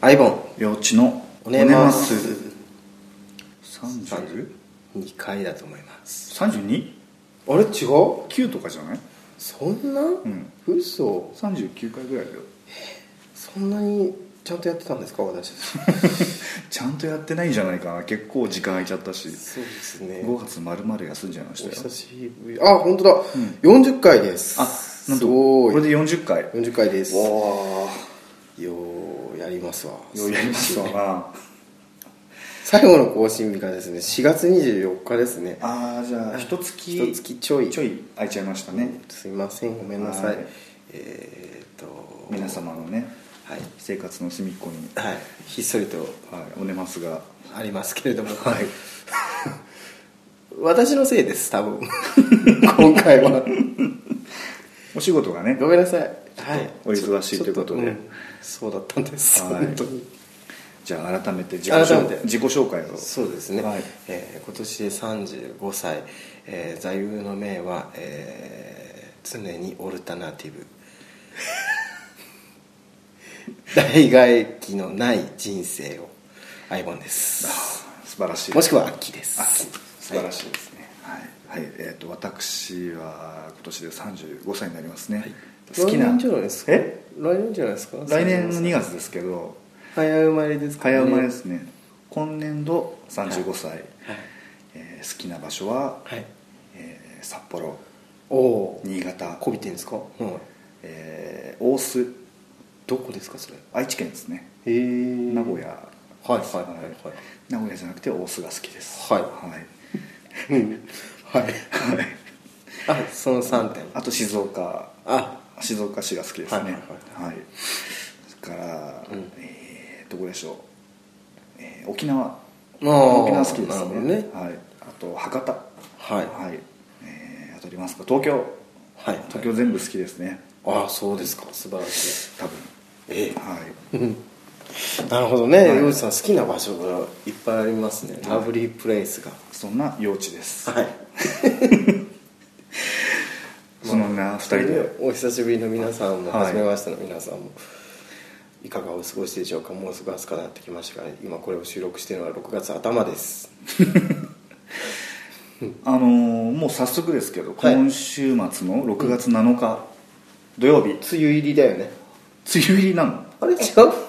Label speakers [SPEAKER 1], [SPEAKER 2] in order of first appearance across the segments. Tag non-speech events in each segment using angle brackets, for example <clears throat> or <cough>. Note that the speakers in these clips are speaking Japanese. [SPEAKER 1] アイボン
[SPEAKER 2] 幼稚の
[SPEAKER 1] おねます2回だと思いますあれ違う
[SPEAKER 2] 30?32?9 とかじゃない
[SPEAKER 1] そんな、
[SPEAKER 2] ん
[SPEAKER 1] 嘘
[SPEAKER 2] ?39 回ぐらいだよ <laughs>
[SPEAKER 1] そんなにちゃんとやってたんですか私たち <laughs>
[SPEAKER 2] ちゃんとやってないんじゃないかな結構時間空いちゃったし
[SPEAKER 1] そうですね
[SPEAKER 2] 5月まるまる休んじゃいま
[SPEAKER 1] お
[SPEAKER 2] した
[SPEAKER 1] 久
[SPEAKER 2] よ
[SPEAKER 1] しぶりあ本当だ、40回です
[SPEAKER 2] あなん
[SPEAKER 1] す
[SPEAKER 2] と
[SPEAKER 1] ご
[SPEAKER 2] こ
[SPEAKER 1] い
[SPEAKER 2] れで40回
[SPEAKER 1] 40回ですよ
[SPEAKER 2] おー
[SPEAKER 1] うやりますわ
[SPEAKER 2] ようやりますわな
[SPEAKER 1] <laughs> 最後の更新日がですね4月24日ですね
[SPEAKER 2] ああじゃあ一月
[SPEAKER 1] 一月ちょい
[SPEAKER 2] ちょい空いちゃいましたね
[SPEAKER 1] すいませんごめんなさい、
[SPEAKER 2] はい
[SPEAKER 1] えー、っと
[SPEAKER 2] 皆様のね
[SPEAKER 1] はい、
[SPEAKER 2] 生活の隅っこに
[SPEAKER 1] はい、ひっそりと
[SPEAKER 2] はいおねますが
[SPEAKER 1] ありますけれども、
[SPEAKER 2] はい
[SPEAKER 1] 私のせいです多分 <laughs> 今回は
[SPEAKER 2] お仕事がね
[SPEAKER 1] ごめんなさい、はい、
[SPEAKER 2] お忙しいということで
[SPEAKER 1] ちょっんそうだったんです、
[SPEAKER 2] はい
[SPEAKER 1] 本当に
[SPEAKER 2] じゃあ改めて自己紹
[SPEAKER 1] 改めて
[SPEAKER 2] 自己紹介を
[SPEAKER 1] そうですね、
[SPEAKER 2] はい
[SPEAKER 1] えー今年で35歳、えー座右の銘は、えー常にオルタナティブ <laughs> 代替機のない人生をアイボンです
[SPEAKER 2] 素晴らしい
[SPEAKER 1] もしくはアッキーで
[SPEAKER 2] あ
[SPEAKER 1] す
[SPEAKER 2] 素晴らしいですねはい、はいえー、と私は今年で35歳になりますね、好き
[SPEAKER 1] 来
[SPEAKER 2] な
[SPEAKER 1] 年じゃないですか
[SPEAKER 2] え
[SPEAKER 1] 来年じゃないですか
[SPEAKER 2] 来年の2月ですけど
[SPEAKER 1] 早生まれですか、
[SPEAKER 2] 早生まれですね今年度35歳、
[SPEAKER 1] はい、
[SPEAKER 2] えー好きな場所は、
[SPEAKER 1] はい、
[SPEAKER 2] えー札幌
[SPEAKER 1] おお
[SPEAKER 2] 新潟、
[SPEAKER 1] こびてんですか、うん、
[SPEAKER 2] えー大須
[SPEAKER 1] どこですかそれ
[SPEAKER 2] 愛知県ですね
[SPEAKER 1] へえ
[SPEAKER 2] 名古屋
[SPEAKER 1] はいはいはいはい
[SPEAKER 2] 名古屋じゃなくて大須が好きです
[SPEAKER 1] はいうん <laughs> はい
[SPEAKER 2] はい、はい、
[SPEAKER 1] あその3点
[SPEAKER 2] あと静岡
[SPEAKER 1] あ
[SPEAKER 2] 静岡市が好きですね
[SPEAKER 1] は
[SPEAKER 2] はいい、
[SPEAKER 1] はい
[SPEAKER 2] それから、
[SPEAKER 1] ん
[SPEAKER 2] えー、どこでしょう、えー、沖縄
[SPEAKER 1] あー
[SPEAKER 2] 沖縄好きで
[SPEAKER 1] なる
[SPEAKER 2] す
[SPEAKER 1] ほど
[SPEAKER 2] ね
[SPEAKER 1] ね
[SPEAKER 2] はい、あと博多
[SPEAKER 1] はい
[SPEAKER 2] はいえー、あとありますか東京
[SPEAKER 1] はい
[SPEAKER 2] 東京全部好きですね
[SPEAKER 1] ああそうですか素晴らしい
[SPEAKER 2] 多分
[SPEAKER 1] え
[SPEAKER 2] はい
[SPEAKER 1] なるほどね
[SPEAKER 2] はい
[SPEAKER 1] 洋一さん好きな場所がいっぱいありますねラブリープレイスが
[SPEAKER 2] そんな幼稚です、
[SPEAKER 1] はい
[SPEAKER 2] そんな二人で
[SPEAKER 1] お久しぶりの皆さんも
[SPEAKER 2] はい
[SPEAKER 1] 初めましての皆さんもいかがお過ごしでしょうかもうすぐ暑くなってきましたから今これを収録しているのは6月頭です
[SPEAKER 2] あのーもう早速ですけど、
[SPEAKER 1] はい
[SPEAKER 2] 今週末の6月7日土曜日梅
[SPEAKER 1] 梅雨入りだよね
[SPEAKER 2] 雨入りなの
[SPEAKER 1] あれ違う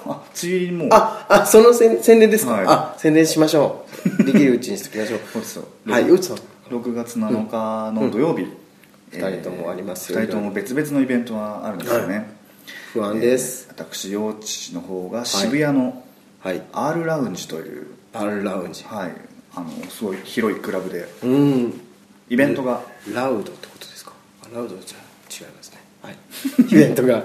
[SPEAKER 2] あ梅雨入りもう
[SPEAKER 1] ああその宣宣伝ですか、
[SPEAKER 2] はい
[SPEAKER 1] あ宣伝しましょうできるうちにしておきましょ
[SPEAKER 2] そうですよ
[SPEAKER 1] <laughs> うはい洋一さん
[SPEAKER 2] 6月7日の土曜日、えー
[SPEAKER 1] 二人ともありますよ
[SPEAKER 2] 二人とも別々のイベントはあるんですよね、
[SPEAKER 1] はい不安です、
[SPEAKER 2] えー私幼稚の方が渋谷の
[SPEAKER 1] はい
[SPEAKER 2] R ラウンジという、
[SPEAKER 1] R ラウンジ
[SPEAKER 2] はいあのすごい広いクラブで
[SPEAKER 1] うん
[SPEAKER 2] イベントが、
[SPEAKER 1] ラウドってことですかあラウドじゃ違いますね <laughs> はいイベントが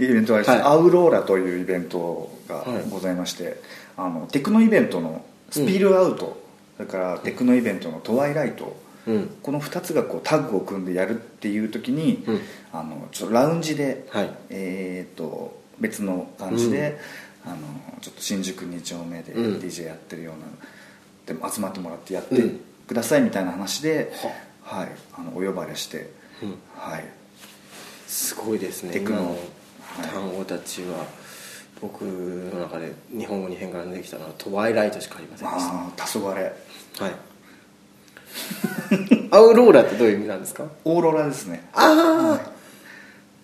[SPEAKER 2] イベントがあります、
[SPEAKER 1] はい
[SPEAKER 2] アウローラというイベントが
[SPEAKER 1] はい
[SPEAKER 2] ございまして、あのテクノイベントのスピールアウト、それからテクノイベントのトワイライト、
[SPEAKER 1] うん
[SPEAKER 2] この2つがこうタッグを組んでやるっていう時に、
[SPEAKER 1] うん
[SPEAKER 2] あのちょっとラウンジで、
[SPEAKER 1] はい
[SPEAKER 2] えー、と別の感じで、あのちょっと新宿2丁目で
[SPEAKER 1] うん
[SPEAKER 2] DJ やってるような、でも集まってもらってやっ
[SPEAKER 1] う
[SPEAKER 2] て
[SPEAKER 1] ん
[SPEAKER 2] くださいみたいな話で、はい、あのお呼ばれして、
[SPEAKER 1] うん
[SPEAKER 2] はい、
[SPEAKER 1] すごいですね
[SPEAKER 2] テク
[SPEAKER 1] 今
[SPEAKER 2] ノ
[SPEAKER 1] の
[SPEAKER 2] はい
[SPEAKER 1] 単語たちは、僕の中で日本語に変換できたのは「トワイライト」しかありませんでし
[SPEAKER 2] ああ黄昏
[SPEAKER 1] たはいアウローラってどういう意味 <laughs> なんですか
[SPEAKER 2] オーロラですね
[SPEAKER 1] ああ、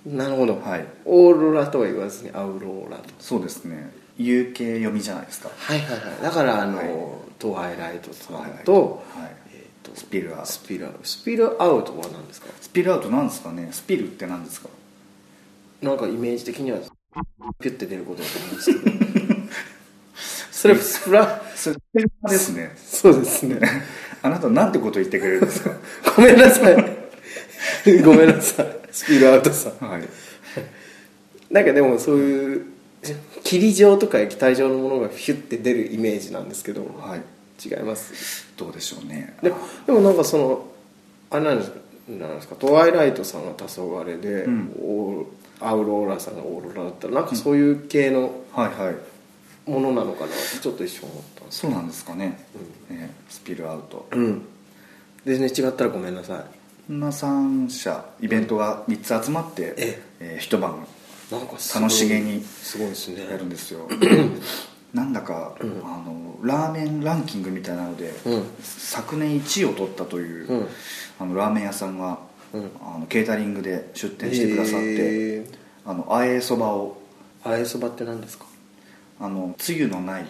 [SPEAKER 1] なるほど、
[SPEAKER 2] はい
[SPEAKER 1] オーロラとは言わずにアウローラと
[SPEAKER 2] そうですね UK 読みじゃないですか
[SPEAKER 1] はいはいはいだからあの、
[SPEAKER 2] はい
[SPEAKER 1] トワイライトさ
[SPEAKER 2] はい
[SPEAKER 1] んと,、
[SPEAKER 2] はい
[SPEAKER 1] えーと
[SPEAKER 2] スピルアウト
[SPEAKER 1] スピルアウトスピルアウトは何ですか
[SPEAKER 2] スピルアウトなんですかねスピルって何ですか
[SPEAKER 1] なんかイメージ的にはピュッて出ることだと思うんですけど <laughs> それスプラ
[SPEAKER 2] それスピルアですね <laughs>
[SPEAKER 1] そうですね
[SPEAKER 2] あなたなんてこと言ってくれるんですか
[SPEAKER 1] <laughs> ごめんなさいごめんなさい <laughs> スピルアウトさん
[SPEAKER 2] はい
[SPEAKER 1] なんかでもそういう霧状とか液体状のものがヒュッて出るイメージなんですけど、
[SPEAKER 2] はい
[SPEAKER 1] 違います
[SPEAKER 2] どうでしょうね
[SPEAKER 1] ででもなんかそのあれなんですなんですかトワイライトさんが黄昏で、
[SPEAKER 2] うん
[SPEAKER 1] オーアウローラさんがオーロラだったらなんかそういう系の
[SPEAKER 2] はいはい
[SPEAKER 1] ものなのかなってちょっと一瞬思ったんです
[SPEAKER 2] そうなんですかね、えースピルアウト
[SPEAKER 1] うん全然違ったらごめんなさい
[SPEAKER 2] こんな3社イベントが3つ集まって、
[SPEAKER 1] え
[SPEAKER 2] えー一晩
[SPEAKER 1] なんかすごい
[SPEAKER 2] 楽しげに
[SPEAKER 1] すごいですね <clears throat>
[SPEAKER 2] やるんですよなんだか、
[SPEAKER 1] うん
[SPEAKER 2] あのラーメンランキングみたいなので、
[SPEAKER 1] うん
[SPEAKER 2] 昨年1位を取ったという、
[SPEAKER 1] うん
[SPEAKER 2] あのラーメン屋さんが、
[SPEAKER 1] うん
[SPEAKER 2] あのケータリングで出店してくださって、
[SPEAKER 1] え
[SPEAKER 2] あのあえそばを
[SPEAKER 1] ー、あえそばって何ですか
[SPEAKER 2] あのつゆのない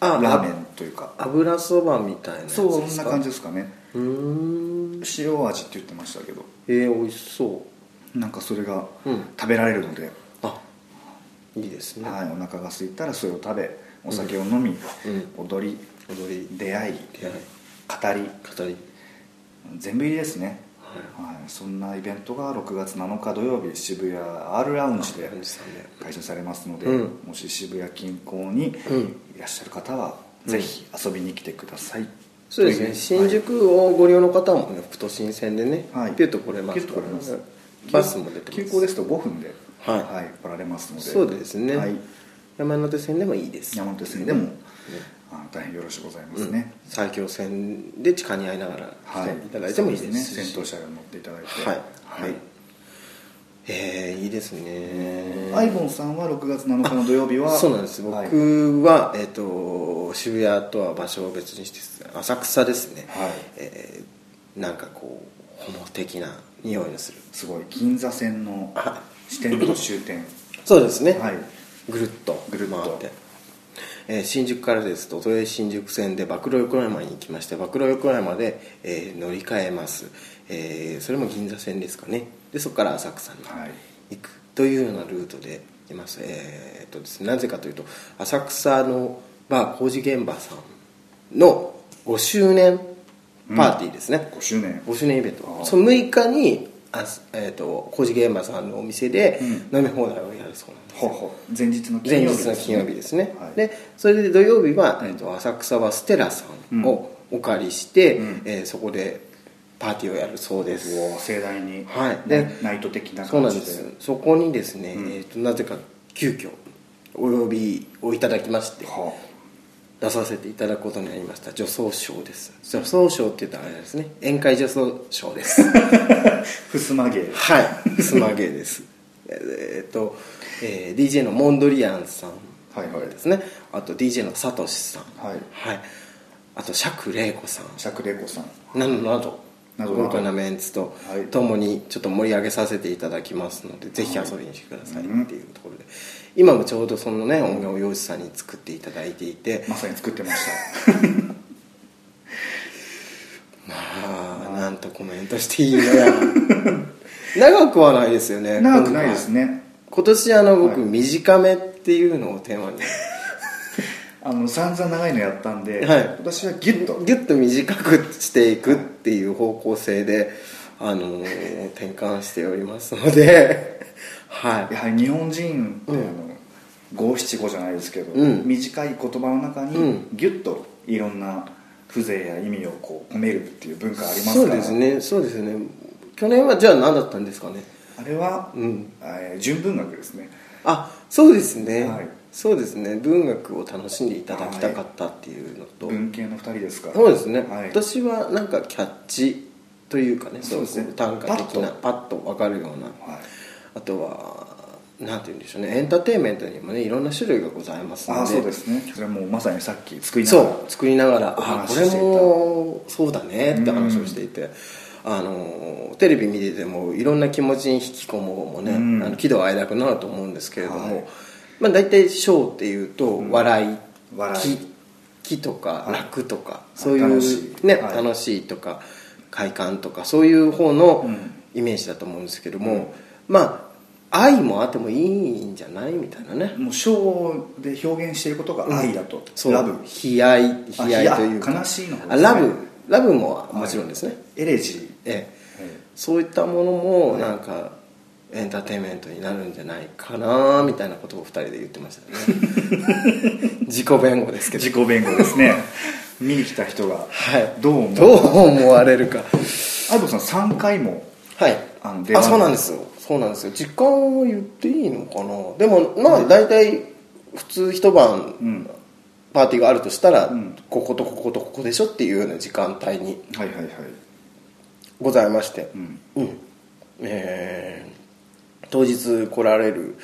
[SPEAKER 1] あ
[SPEAKER 2] ラーメンというか
[SPEAKER 1] 油そばみたいなやつですか
[SPEAKER 2] そんな感じですかね
[SPEAKER 1] うーん
[SPEAKER 2] 塩味って言ってましたけど
[SPEAKER 1] えー、美味しそ
[SPEAKER 2] なんかそれが
[SPEAKER 1] うん
[SPEAKER 2] 食べられるので、
[SPEAKER 1] うあいいですね、
[SPEAKER 2] はい、お腹が空いたらそれを食べお酒を飲み、
[SPEAKER 1] う
[SPEAKER 2] 踊り
[SPEAKER 1] 踊り
[SPEAKER 2] 出会い
[SPEAKER 1] 出会い
[SPEAKER 2] 語り
[SPEAKER 1] 語り
[SPEAKER 2] 全部入りですね、はい、そんなイベントが6月7日土曜日渋谷 R ラウンジで
[SPEAKER 1] ラウンジさんで
[SPEAKER 2] 開催されますので、
[SPEAKER 1] うん
[SPEAKER 2] もし渋谷近郊に
[SPEAKER 1] うん
[SPEAKER 2] いらっしゃる方は、ぜひ遊びに来てください
[SPEAKER 1] そうですね
[SPEAKER 2] という
[SPEAKER 1] 新
[SPEAKER 2] はい
[SPEAKER 1] 宿をご利用の方もね副都心線でね、
[SPEAKER 2] はい
[SPEAKER 1] ピュッと来れます
[SPEAKER 2] ピュッと来れます
[SPEAKER 1] バスも出てます
[SPEAKER 2] 急行ですと5分で、
[SPEAKER 1] はい
[SPEAKER 2] 来られますので
[SPEAKER 1] そうですね、
[SPEAKER 2] はい、
[SPEAKER 1] 山手線でもいいです
[SPEAKER 2] 山手線でも、あの大変よろしゅうございますね、
[SPEAKER 1] 埼京線で地下に会いながら来ていただいてもいいですし
[SPEAKER 2] そうね先頭車両に乗っていただいて
[SPEAKER 1] はい
[SPEAKER 2] は
[SPEAKER 1] はいいえー、いいですね
[SPEAKER 2] アイボンさんは6月7日の土 <laughs> 曜日は
[SPEAKER 1] そうなんです僕
[SPEAKER 2] はい
[SPEAKER 1] は、えっと渋谷とは場所を別にして浅草ですね、
[SPEAKER 2] はい
[SPEAKER 1] えーなんかこうホモ的な匂いのする
[SPEAKER 2] すごい銀座線の
[SPEAKER 1] は
[SPEAKER 2] 支店と終点
[SPEAKER 1] そうですね、
[SPEAKER 2] はい
[SPEAKER 1] ぐるっと
[SPEAKER 2] ぐるっと
[SPEAKER 1] 回って、えー新宿からですと都営新宿線で曝露横山に行きまして曝露横山で、えー乗り換えます、えーそれも銀座線ですかねでそこから浅草に
[SPEAKER 2] はい
[SPEAKER 1] 行くというようなルートでいます、えーっとですね、なぜかというと浅草のバー工事現場さんの5周年パーティーですね、
[SPEAKER 2] 5周年
[SPEAKER 1] 5周年イベン
[SPEAKER 2] ああ
[SPEAKER 1] トその6日にあ、えー、と工事現場さんのお店で飲み放題をやるそうなんです
[SPEAKER 2] ほう
[SPEAKER 1] よ、
[SPEAKER 2] ほう前日の金
[SPEAKER 1] 前
[SPEAKER 2] 曜日
[SPEAKER 1] 日の金曜日ですね、
[SPEAKER 2] はい
[SPEAKER 1] でそれで土曜日は、
[SPEAKER 2] うん
[SPEAKER 1] えー、と浅草はステラさんをお借りして、
[SPEAKER 2] うん
[SPEAKER 1] えーそこでパーティーをやるそうです、
[SPEAKER 2] うお盛大に、
[SPEAKER 1] はいで
[SPEAKER 2] ナイト的な
[SPEAKER 1] そうな
[SPEAKER 2] 感
[SPEAKER 1] ん
[SPEAKER 2] じ
[SPEAKER 1] で
[SPEAKER 2] です
[SPEAKER 1] そこにですね、
[SPEAKER 2] うん
[SPEAKER 1] えー、となぜか急遽お呼びをいただきまして
[SPEAKER 2] は
[SPEAKER 1] 出させていただくことになりました女装賞です女装賞って言ったらあれですね宴会女装賞です
[SPEAKER 2] <laughs> あふすま芸
[SPEAKER 1] はいスマゲーですえーっと、えー DJ のモンドリアンさん
[SPEAKER 2] はいはい
[SPEAKER 1] ですねあと DJ のサトシさん
[SPEAKER 2] はい
[SPEAKER 1] あと釈玲子さん
[SPEAKER 2] 釈玲子さん
[SPEAKER 1] などなど
[SPEAKER 2] などなど
[SPEAKER 1] 豪華なメンツと
[SPEAKER 2] はい
[SPEAKER 1] 共にちょっと盛り上げさせていただきますので、ぜひ遊びに来てくださいっていうところで、今もちょうどそのね音楽を洋一さんに作っていただいていて
[SPEAKER 2] まさに作ってまし
[SPEAKER 1] まあなんとコメントしていいのや <laughs> 長くはないですよね
[SPEAKER 2] た長くないですね
[SPEAKER 1] 今年あの僕、
[SPEAKER 2] はい
[SPEAKER 1] 短めっていうのをテーマに
[SPEAKER 2] あの散々長いのやったんで、
[SPEAKER 1] はい
[SPEAKER 2] 私はギュッと
[SPEAKER 1] ギュッと短くしていくっていう方向性で、あのー転換しておりますのではい
[SPEAKER 2] やはり日本人って、
[SPEAKER 1] うん
[SPEAKER 2] あの五七五じゃないですけど、
[SPEAKER 1] うん
[SPEAKER 2] 短い言葉の中
[SPEAKER 1] う
[SPEAKER 2] に
[SPEAKER 1] ん
[SPEAKER 2] ギュッといろんな風情や意味をこう込めるっていう文化あります
[SPEAKER 1] そ
[SPEAKER 2] か
[SPEAKER 1] う
[SPEAKER 2] ら
[SPEAKER 1] ですねそうですね去年はじゃあ何だったんですかね
[SPEAKER 2] あれは、
[SPEAKER 1] うん
[SPEAKER 2] えー純文学ですね
[SPEAKER 1] あそうですね、
[SPEAKER 2] はい
[SPEAKER 1] そうですね文学を楽しんでいただきたかったっていうのと、
[SPEAKER 2] 文系の二人ですから
[SPEAKER 1] そうですね、
[SPEAKER 2] はい、
[SPEAKER 1] 私はなんかキャッチというかね
[SPEAKER 2] そうですね
[SPEAKER 1] こ短歌的なパッと分かるような
[SPEAKER 2] はい
[SPEAKER 1] あとはなんて言うんでしょうねエンターテインメントにもねいろんな種類がございますので
[SPEAKER 2] ああそうですねそれはもうまさにさっき作りながら
[SPEAKER 1] そう作りながら
[SPEAKER 2] お
[SPEAKER 1] あ
[SPEAKER 2] 話
[SPEAKER 1] こ
[SPEAKER 2] し
[SPEAKER 1] れ
[SPEAKER 2] していた
[SPEAKER 1] もそうだねって話をしていて、あのテレビ見ててもいろんな気持ちに引き込もうもね、
[SPEAKER 2] うん
[SPEAKER 1] あの喜怒哀楽になると思うんですけれども、
[SPEAKER 2] はい
[SPEAKER 1] まあ、大体賞っていうと笑い,、
[SPEAKER 2] 笑い
[SPEAKER 1] き喜とか
[SPEAKER 2] はい
[SPEAKER 1] 楽とか、そうい
[SPEAKER 2] 楽し
[SPEAKER 1] う
[SPEAKER 2] い
[SPEAKER 1] ね
[SPEAKER 2] はい
[SPEAKER 1] 楽しいとか快感とかそういう方の
[SPEAKER 2] うん
[SPEAKER 1] イメージだと思うんですけども、まあ愛もあってもいいんじゃないみたいなね、
[SPEAKER 2] もう章で表現していることが愛だと、
[SPEAKER 1] そう
[SPEAKER 2] ラブ
[SPEAKER 1] 悲哀悲哀というか
[SPEAKER 2] 悲悲しいの方
[SPEAKER 1] あ
[SPEAKER 2] ですね
[SPEAKER 1] ラブラブももちろんですね、
[SPEAKER 2] エレジ
[SPEAKER 1] ええ
[SPEAKER 2] ー、はい
[SPEAKER 1] そういったものもなんかエンターテインメントになるんじゃないかなみたいなことを二人で言ってましたね
[SPEAKER 2] <laughs>
[SPEAKER 1] 自己弁護ですけど
[SPEAKER 2] 自己弁護です
[SPEAKER 1] <laughs>
[SPEAKER 2] ね見に来た人が
[SPEAKER 1] はい
[SPEAKER 2] どう思う
[SPEAKER 1] どう思われるか
[SPEAKER 2] アイボンさん3回も
[SPEAKER 1] はい
[SPEAKER 2] あの
[SPEAKER 1] あ
[SPEAKER 2] 出番
[SPEAKER 1] そうなんですよそうなんですよ時間を言っていいのかなでもまあ大体普通一晩、
[SPEAKER 2] うん
[SPEAKER 1] パーティーがあるとしたら、
[SPEAKER 2] うん
[SPEAKER 1] こことこことここでしょっていうような時間帯に
[SPEAKER 2] はいはいはい
[SPEAKER 1] ございまして、
[SPEAKER 2] うん
[SPEAKER 1] うんえー当日来られる、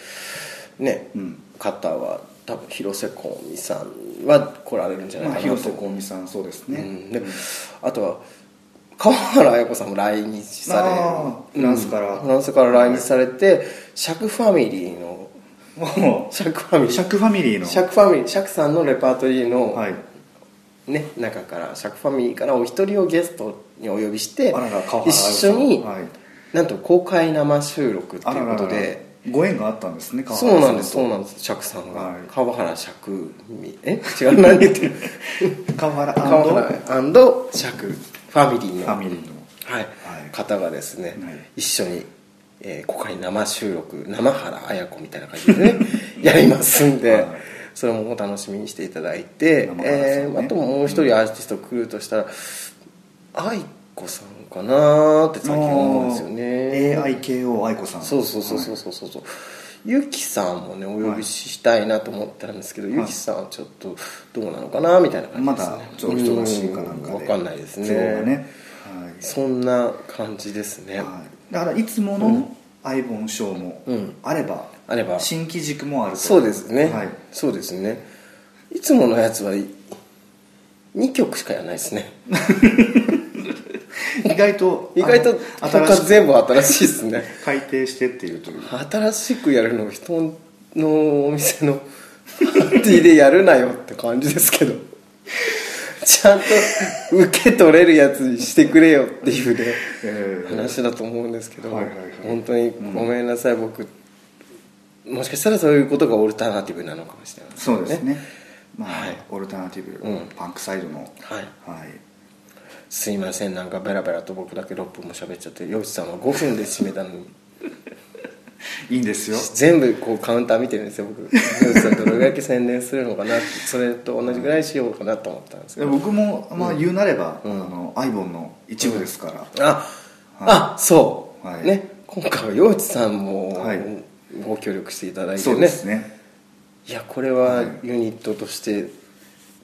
[SPEAKER 1] ね
[SPEAKER 2] うん
[SPEAKER 1] 方は多分広瀬香美さんは来られるんじゃない
[SPEAKER 2] まあ、
[SPEAKER 1] かな
[SPEAKER 2] 広
[SPEAKER 1] と
[SPEAKER 2] 瀬香美さんそうですね、
[SPEAKER 1] うん、であとは川原綾子さんも来日され
[SPEAKER 2] あーフランスから
[SPEAKER 1] うんフランスから来日されて釈ファミリーの
[SPEAKER 2] も
[SPEAKER 1] 釈ファミ
[SPEAKER 2] う
[SPEAKER 1] リ
[SPEAKER 2] シ
[SPEAKER 1] ー
[SPEAKER 2] ャクファミリーの
[SPEAKER 1] 釈ファミリー釈さんのレパートリーの、
[SPEAKER 2] はい
[SPEAKER 1] ね、中から釈ファミリーからお一人をゲストにお呼びして
[SPEAKER 2] あらら川原
[SPEAKER 1] 一緒に、
[SPEAKER 2] はい
[SPEAKER 1] なんと公開生収録って
[SPEAKER 2] あ
[SPEAKER 1] い
[SPEAKER 2] ら
[SPEAKER 1] う
[SPEAKER 2] ら
[SPEAKER 1] こ
[SPEAKER 2] ら
[SPEAKER 1] とで。
[SPEAKER 2] ご縁があったんですね川
[SPEAKER 1] そう
[SPEAKER 2] 原
[SPEAKER 1] な
[SPEAKER 2] さ
[SPEAKER 1] ん
[SPEAKER 2] ん
[SPEAKER 1] で
[SPEAKER 2] と
[SPEAKER 1] すそうなんです釈さんが、
[SPEAKER 2] はい
[SPEAKER 1] 川原釈みえ違う何言ってる
[SPEAKER 2] <laughs> 川原
[SPEAKER 1] 川原釈ファミリーの
[SPEAKER 2] ファミリーの
[SPEAKER 1] はい
[SPEAKER 2] い
[SPEAKER 1] 方がですね、
[SPEAKER 2] はい
[SPEAKER 1] 一緒に、えー、公開生収録生原綾子みたいな感じでね <laughs> やりますんで、
[SPEAKER 2] はい
[SPEAKER 1] それもお楽しみにしていただいて、
[SPEAKER 2] 生原さん
[SPEAKER 1] え
[SPEAKER 2] ね
[SPEAKER 1] ーあともう一人アーティスト来るとしたら愛子さんかなーって最近思うんですよね
[SPEAKER 2] AIKO 愛子さん
[SPEAKER 1] そうそうそうそう
[SPEAKER 2] はい
[SPEAKER 1] そうそうそうゆきさんもねお呼びしたいなと思ったんですけど、
[SPEAKER 2] はい
[SPEAKER 1] ゆきさんはちょっとどうなのかなみたいな感じ
[SPEAKER 2] ま
[SPEAKER 1] ですね
[SPEAKER 2] だちょっと忙しいかなんかで
[SPEAKER 1] うんわかんないですね
[SPEAKER 2] 都合がねはい
[SPEAKER 1] そんな感じですね、
[SPEAKER 2] はいだからいつものアイボンショーも
[SPEAKER 1] うん
[SPEAKER 2] あれば
[SPEAKER 1] あれば
[SPEAKER 2] 新規軸もあると
[SPEAKER 1] そうですね、
[SPEAKER 2] はい
[SPEAKER 1] そうですねいつものやつは2曲しかやらないですね
[SPEAKER 2] 意外と
[SPEAKER 1] <laughs> 意外
[SPEAKER 2] あ
[SPEAKER 1] と
[SPEAKER 2] の新
[SPEAKER 1] 他
[SPEAKER 2] しく
[SPEAKER 1] 全部新しいですね
[SPEAKER 2] 改定してっていうという
[SPEAKER 1] 新しくやるのを人のお店のパーティーでやるなよって感じですけどちゃんと受け取れるやつにしてくれよっていうね
[SPEAKER 2] えー
[SPEAKER 1] 話だと思うんですけど、
[SPEAKER 2] はいはいはい
[SPEAKER 1] 本当にごめんなさい、僕もしかしたらそういうことがオルタナティブなのかもしれません
[SPEAKER 2] そうですねまあ、
[SPEAKER 1] はい
[SPEAKER 2] オルタナティブ、
[SPEAKER 1] うん
[SPEAKER 2] パンクサイドの
[SPEAKER 1] はい
[SPEAKER 2] はい
[SPEAKER 1] すいませんなんかベラベラと僕だけ6分も喋っちゃって漁師さんは5分で締めたのに
[SPEAKER 2] いいんですよ
[SPEAKER 1] 全部こうカウンター見てるんですよ僕漁師さんどれだけ宣伝するのかなってそれと同じぐらいしようかなと思ったんですけ
[SPEAKER 2] で
[SPEAKER 1] ど
[SPEAKER 2] 僕も、まあ、言うなれば、
[SPEAKER 1] うん
[SPEAKER 2] あのアイボンの一部ですから、
[SPEAKER 1] ああそう、
[SPEAKER 2] はい
[SPEAKER 1] ね今回は陽一さんも
[SPEAKER 2] はい
[SPEAKER 1] ご協力していただいて
[SPEAKER 2] そう
[SPEAKER 1] ね
[SPEAKER 2] ですね
[SPEAKER 1] いやこれはユニットとして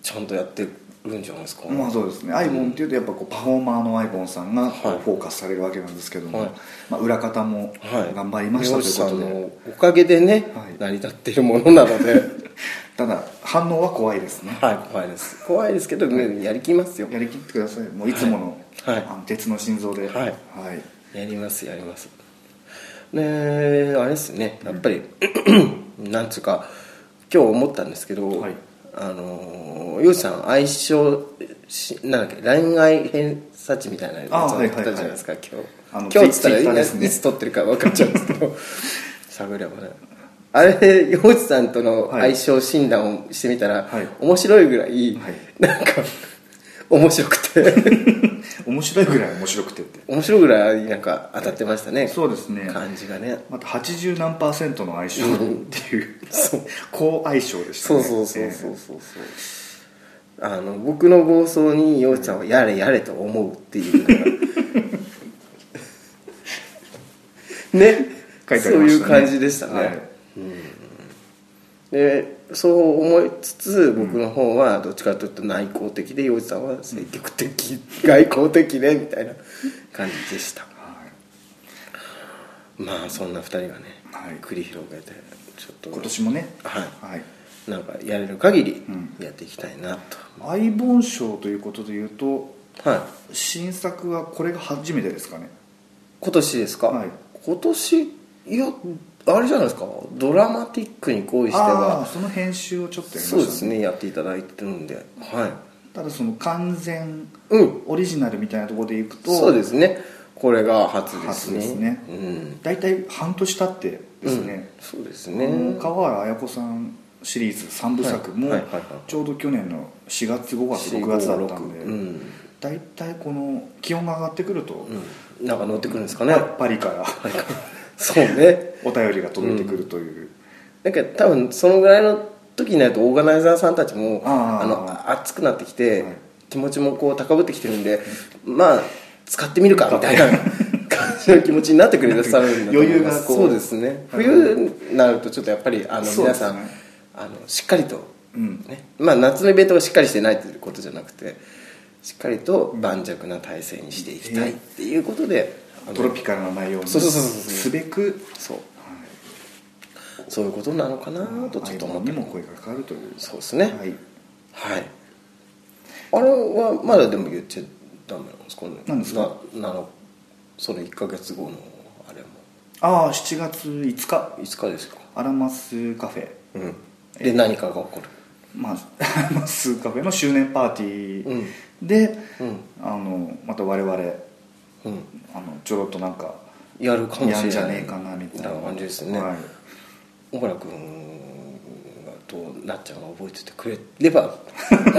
[SPEAKER 1] ちゃんとやってるんじゃないですか、
[SPEAKER 2] まあそうですねアイボンっていうとやっぱこうパフォーマーのアイボンさんがこう
[SPEAKER 1] はい
[SPEAKER 2] フォーカスされるわけなんですけども、
[SPEAKER 1] はい
[SPEAKER 2] まあ、裏方も
[SPEAKER 1] はい、
[SPEAKER 2] 頑張りましたと
[SPEAKER 1] 漁師さん
[SPEAKER 2] いうことで、
[SPEAKER 1] のおかげでね、
[SPEAKER 2] はい
[SPEAKER 1] 成り立っているものなので <laughs>
[SPEAKER 2] ただ反応は怖いですね
[SPEAKER 1] はい怖いです怖いですけど、ね、やりきますよ
[SPEAKER 2] やりきってくださいもういつもの,、
[SPEAKER 1] はいはい
[SPEAKER 2] あの鉄の心臓で
[SPEAKER 1] はい
[SPEAKER 2] はい
[SPEAKER 1] やりますやりますねあれですねやっぱり、なんつうか今日思ったんですけど、
[SPEAKER 2] はい
[SPEAKER 1] あのーヨウジさん相性しなんだっけ恋愛偏差値みたいなやつ
[SPEAKER 2] あーはい
[SPEAKER 1] やっ
[SPEAKER 2] はいはい
[SPEAKER 1] たじゃないですか、
[SPEAKER 2] あ
[SPEAKER 1] 今
[SPEAKER 2] の
[SPEAKER 1] 日今日っつったらい
[SPEAKER 2] ツイッターで
[SPEAKER 1] つ,、
[SPEAKER 2] すね
[SPEAKER 1] いつ撮ってるか分かっちゃうんですけ
[SPEAKER 2] <laughs>
[SPEAKER 1] ど探ればねあれヨウジさんとの相性診断をしてみたら、
[SPEAKER 2] はい
[SPEAKER 1] 面白いぐらい、
[SPEAKER 2] はい
[SPEAKER 1] なんか面白くて
[SPEAKER 2] 面白いぐらい面白くてって
[SPEAKER 1] 面白いぐらいなんか当たってましたね、
[SPEAKER 2] そうですね
[SPEAKER 1] 感じがね
[SPEAKER 2] また80何パーセントの相性っていう
[SPEAKER 1] そう
[SPEAKER 2] 高相性でした
[SPEAKER 1] そう
[SPEAKER 2] ね
[SPEAKER 1] そうそうそうそうそうあの僕の暴走に陽ちゃんはやれやれと思うって
[SPEAKER 2] <laughs>
[SPEAKER 1] いうのがね
[SPEAKER 2] 書いて
[SPEAKER 1] そ
[SPEAKER 2] あ
[SPEAKER 1] う
[SPEAKER 2] りましたね
[SPEAKER 1] いう感じでしたね、
[SPEAKER 2] はい
[SPEAKER 1] でそう思いつつ僕の方はどっちかというと内向的で陽ちゃんは積極的、外交的でみたいな感じでしたまあそんな2人がね、
[SPEAKER 2] はい
[SPEAKER 1] 繰り広げてちょっと
[SPEAKER 2] 今年もね
[SPEAKER 1] はい
[SPEAKER 2] はい
[SPEAKER 1] なんかやれる限り
[SPEAKER 2] うん
[SPEAKER 1] やっていきたいなと、
[SPEAKER 2] アイボン賞ということでいうと
[SPEAKER 1] はい
[SPEAKER 2] 新作はこれが初めてですかね
[SPEAKER 1] 今年ですか、
[SPEAKER 2] はい
[SPEAKER 1] 今年いやあれじゃないですかドラマティックに恋して
[SPEAKER 2] あー
[SPEAKER 1] は
[SPEAKER 2] その編集をちょっとやりました
[SPEAKER 1] そうですねやっていただいてるんでは
[SPEAKER 2] ただその完全
[SPEAKER 1] いうん
[SPEAKER 2] オリジナルみたいなところでいくと
[SPEAKER 1] そうですねこれが初です
[SPEAKER 2] 初
[SPEAKER 1] ね
[SPEAKER 2] ですね
[SPEAKER 1] うん
[SPEAKER 2] 大体半年経ってですね、
[SPEAKER 1] そうですね
[SPEAKER 2] あの川原綾子さんシリーズ3部作も
[SPEAKER 1] はいはいはいはい
[SPEAKER 2] ちょうど去年の4月5月6月だったんで、
[SPEAKER 1] うん、
[SPEAKER 2] 大体この気温が上がってくると、
[SPEAKER 1] うん、なんか乗ってくるんですかね、
[SPEAKER 2] パリから
[SPEAKER 1] そうね
[SPEAKER 2] お便りが届いてくるという、
[SPEAKER 1] なんか多分そのぐらいの時になるとオーガナイザーさんたちも
[SPEAKER 2] あー
[SPEAKER 1] あの熱くなってきて、
[SPEAKER 2] はい
[SPEAKER 1] 気持ちもこう高ぶってきてるんでまあ使ってみるかみたいな感じの気持ちになってくれるさるんだと思います
[SPEAKER 2] 余裕がこう
[SPEAKER 1] そうですね冬になるとちょっとやっぱりあの
[SPEAKER 2] そう
[SPEAKER 1] 皆
[SPEAKER 2] ですね
[SPEAKER 1] さん、あのしっかりと、
[SPEAKER 2] うん
[SPEAKER 1] ねまあ、夏のイベントをしっかりしてないということじゃなくてしっかりと盤石な体制にしていきたいっていうことで、あの
[SPEAKER 2] トロピカルな内容に
[SPEAKER 1] そうそうそうそう
[SPEAKER 2] すべく
[SPEAKER 1] そうそういうことなのかなとちょっと思っ
[SPEAKER 2] 相棒に
[SPEAKER 1] て
[SPEAKER 2] も声がかかるという
[SPEAKER 1] そうですね
[SPEAKER 2] はい、
[SPEAKER 1] はいあれはまだでも言っちゃダメなんですかね
[SPEAKER 2] 何ですか
[SPEAKER 1] ななのその1か月後のあれも
[SPEAKER 2] ああ7月5日
[SPEAKER 1] いつかですか
[SPEAKER 2] アラマスカフェ
[SPEAKER 1] うんで何かが起こる
[SPEAKER 2] まあ、 <laughs> アラマスカフェの周年パーティーで、
[SPEAKER 1] うん
[SPEAKER 2] あのまた我々あ
[SPEAKER 1] うん
[SPEAKER 2] のちょろっとなんか
[SPEAKER 1] やるかもしれない
[SPEAKER 2] やんじゃねえかなみたいな
[SPEAKER 1] 感じですね
[SPEAKER 2] はい
[SPEAKER 1] 小原君がどうなっちゃんが覚えててくれれば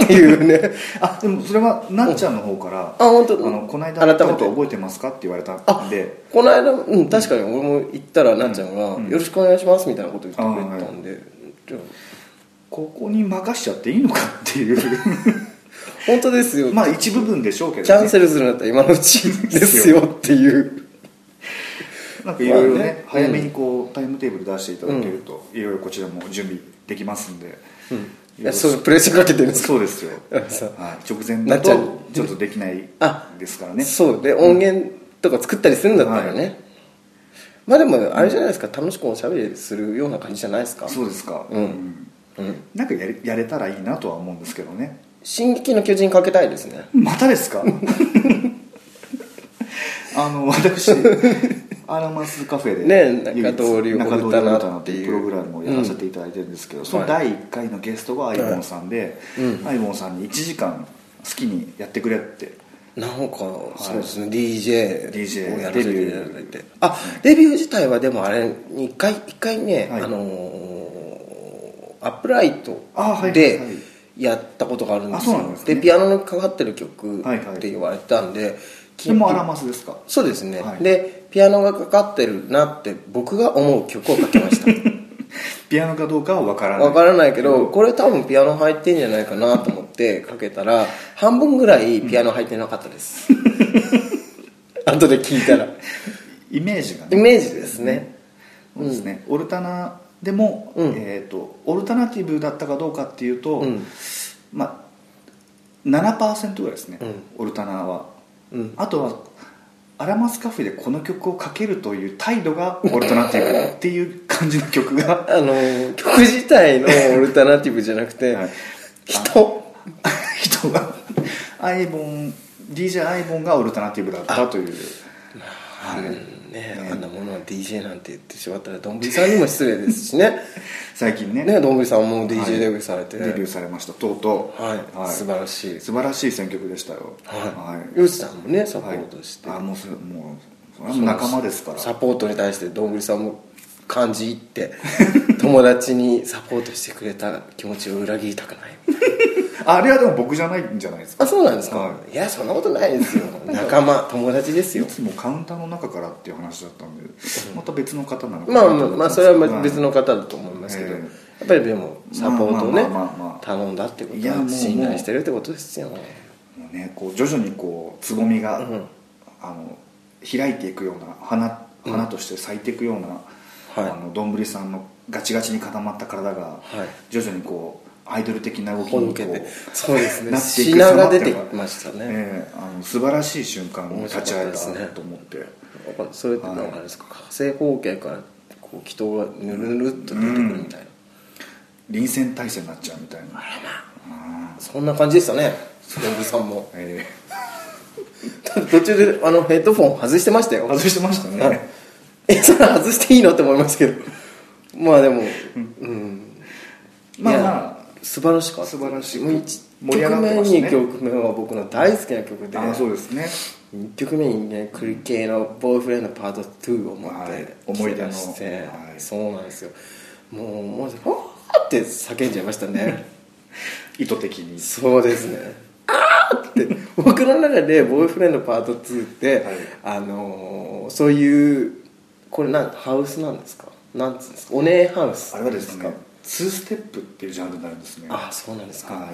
[SPEAKER 1] っていう
[SPEAKER 2] <laughs>
[SPEAKER 1] ね
[SPEAKER 2] あでもそれはなっちゃんの方から「
[SPEAKER 1] あ本当
[SPEAKER 2] あのこの間
[SPEAKER 1] 改めて
[SPEAKER 2] 会ったこと覚えてますか?」って言われたんで
[SPEAKER 1] この間、うん、確かに俺も行ったらなっちゃんが「よろしくお願いします」みたいなこと言ってくれたんで、じゃあ
[SPEAKER 2] ここに任しちゃっていいのかっていう
[SPEAKER 1] <laughs> 本当ですよ、
[SPEAKER 2] まあ一部分でしょうけ
[SPEAKER 1] キ
[SPEAKER 2] ど、
[SPEAKER 1] ャ
[SPEAKER 2] ね
[SPEAKER 1] ン、セルするんだったら今のうちですよっていう
[SPEAKER 2] なんかいろいろね,、
[SPEAKER 1] まあね
[SPEAKER 2] 早めにこうタイムテーブル出していただけると、いろいろこちらも準備できますんで、
[SPEAKER 1] いやそうプレッシャーかけてるんですか
[SPEAKER 2] そうですよ、
[SPEAKER 1] <laughs> そう
[SPEAKER 2] はい、直前
[SPEAKER 1] な
[SPEAKER 2] だ
[SPEAKER 1] っちゃう
[SPEAKER 2] とちょっとできない
[SPEAKER 1] あ
[SPEAKER 2] ですからね
[SPEAKER 1] そうで音源とか作ったりするんだったらね、
[SPEAKER 2] は
[SPEAKER 1] まあでもあれじゃないですか楽しくおしゃべりするような感じじゃないですか
[SPEAKER 2] そうですか、
[SPEAKER 1] うん
[SPEAKER 2] うんなんかやれやれたらいいなとは思うんですけどね
[SPEAKER 1] 「進撃の巨人」かけたいですね
[SPEAKER 2] またです <laughs> かあの私アラマスカフェで
[SPEAKER 1] ね中通りを
[SPEAKER 2] 中通りを
[SPEAKER 1] 歌な
[SPEAKER 2] 歌なっていうプログラムをやらせていただいてるんですけど、その第1回のゲストがあいぼんさんで、あいぼんさんに1時間好きにやってくれって
[SPEAKER 1] なんかそうですね、DJ,
[SPEAKER 2] DJ
[SPEAKER 1] をやらせていただいてあレビュー自体はでもあれに一回一回ね、
[SPEAKER 2] はい
[SPEAKER 1] あのーアップライト
[SPEAKER 2] あはい
[SPEAKER 1] で
[SPEAKER 2] はい
[SPEAKER 1] やったことがあるんですよ
[SPEAKER 2] あそうなんですね
[SPEAKER 1] ピアノにかかってる曲
[SPEAKER 2] はいはい
[SPEAKER 1] って言われたんで、き
[SPEAKER 2] でもアラマスですか
[SPEAKER 1] そうですね、
[SPEAKER 2] はい
[SPEAKER 1] でピアノがかかってるなって僕が思う曲をかけま
[SPEAKER 2] <laughs>
[SPEAKER 1] した
[SPEAKER 2] ピアノかどうかは分からない
[SPEAKER 1] わからないけどこれ多分ピアノ入ってんじゃないかなと思ってかけたら半分ぐらいピアノ入ってなかったです、後で聞いたら
[SPEAKER 2] イメージが
[SPEAKER 1] イ
[SPEAKER 2] ね
[SPEAKER 1] メージですね
[SPEAKER 2] そうですね、オルタナでも、
[SPEAKER 1] うん
[SPEAKER 2] えー、とオルタナティブだったかどうかっていうと、
[SPEAKER 1] うん
[SPEAKER 2] まあ、7%ぐらいですね、
[SPEAKER 1] うん
[SPEAKER 2] オルタナは、
[SPEAKER 1] うん
[SPEAKER 2] あとはアラマスカフェでこの曲をかけるという態度がオルタナティブっていう感じの曲が <laughs>
[SPEAKER 1] あのー曲自体のオルタナティブじゃなくて、
[SPEAKER 2] はい
[SPEAKER 1] 人
[SPEAKER 2] 人がアイボン DJ アイボンがオルタナティブだったという
[SPEAKER 1] うんねあんなものは DJ なんて言ってしまったらどんぶりさんにも失礼ですし
[SPEAKER 2] <laughs>
[SPEAKER 1] ね
[SPEAKER 2] 最近ね
[SPEAKER 1] ねどんぶりさんも
[SPEAKER 2] はい
[SPEAKER 1] DJ デビューされて、
[SPEAKER 2] デビューされましたとうとう、
[SPEAKER 1] はい素晴らしい
[SPEAKER 2] 素晴らしい選曲でしたよ
[SPEAKER 1] は
[SPEAKER 2] はい
[SPEAKER 1] い、ヨシさんもねサポートして、
[SPEAKER 2] はいあもうそれもうそれはもう仲間ですから
[SPEAKER 1] サポートに対してどんぶりさんも感じ入って <laughs> 友達にサポートしてくれた気持ちを裏切りたくない
[SPEAKER 2] あれはでも僕じゃないんじゃないですか
[SPEAKER 1] あそうなんですか、、
[SPEAKER 2] はい
[SPEAKER 1] やそんなことないです
[SPEAKER 2] <laughs>
[SPEAKER 1] よ仲間友達です
[SPEAKER 2] い
[SPEAKER 1] よ
[SPEAKER 2] つもカウンターの中からっていう話だったんでまた別の方なのか
[SPEAKER 1] ま
[SPEAKER 2] なと
[SPEAKER 1] あ
[SPEAKER 2] 思
[SPEAKER 1] まあ、
[SPEAKER 2] ったんですけど
[SPEAKER 1] まあ、それは別
[SPEAKER 2] は
[SPEAKER 1] の方だと思いますけど、
[SPEAKER 2] ええ
[SPEAKER 1] やっぱりでもサポートをね
[SPEAKER 2] まあまあまあまあ
[SPEAKER 1] 頼んだってこ
[SPEAKER 2] い
[SPEAKER 1] と
[SPEAKER 2] やも
[SPEAKER 1] は
[SPEAKER 2] う
[SPEAKER 1] 信頼してるってことですよ
[SPEAKER 2] いもうねこう徐々にこうつぼみが、
[SPEAKER 1] ん
[SPEAKER 2] あの開いていくような花花として咲いていくような、
[SPEAKER 1] はい
[SPEAKER 2] あのどんぶりさんのガチガチに固まった体が、
[SPEAKER 1] い
[SPEAKER 2] 徐々にこうアイドル的な動き
[SPEAKER 1] ほ
[SPEAKER 2] に
[SPEAKER 1] どけ
[SPEAKER 2] こ
[SPEAKER 1] てそうですね
[SPEAKER 2] なっていく
[SPEAKER 1] 品が出
[SPEAKER 2] 様って
[SPEAKER 1] て
[SPEAKER 2] いうの
[SPEAKER 1] きましたね、
[SPEAKER 2] ええあの素晴らしい瞬間に立ち会えたと思って、
[SPEAKER 1] やっぱそれってなんかあれですか、火星方形からこう気筒がぬるぬるっと出てくるみたいな、
[SPEAKER 2] 臨戦態勢になっちゃうみたいな、
[SPEAKER 1] そんな感じでしたねドンブリさんも
[SPEAKER 2] え
[SPEAKER 1] <laughs> 途中であのヘッドフォン外してました
[SPEAKER 2] え
[SPEAKER 1] よ <laughs>
[SPEAKER 2] 外してました
[SPEAKER 1] はい
[SPEAKER 2] ね
[SPEAKER 1] えそれ外していいのって思いますけどまあでもうん
[SPEAKER 2] まあ
[SPEAKER 1] いや
[SPEAKER 2] ま
[SPEAKER 1] 素晴らしかった
[SPEAKER 2] 素晴らしい
[SPEAKER 1] もう一
[SPEAKER 2] 盛り上がってま
[SPEAKER 1] 曲
[SPEAKER 2] した
[SPEAKER 1] 目
[SPEAKER 2] ね
[SPEAKER 1] に曲目は僕の大好きな曲で
[SPEAKER 2] ああそうですね
[SPEAKER 1] 1曲目にねクリケイの「ボーイフレンドパート2」を持っ
[SPEAKER 2] はい
[SPEAKER 1] て
[SPEAKER 2] 思い出の
[SPEAKER 1] 来てらして、
[SPEAKER 2] はい
[SPEAKER 1] そうなんですよもうもう「わー!」って叫んじゃいましたね
[SPEAKER 2] 意図的に
[SPEAKER 1] そうですねあーって僕の中で「ボーイフレンドパート2」って、
[SPEAKER 2] はい
[SPEAKER 1] あのーそういうこれなんハウスなんですかなんつうんですかお姉ハウス
[SPEAKER 2] あれはですねツーステップっていうジャンルになるんですね
[SPEAKER 1] あそうなんですか、
[SPEAKER 2] はい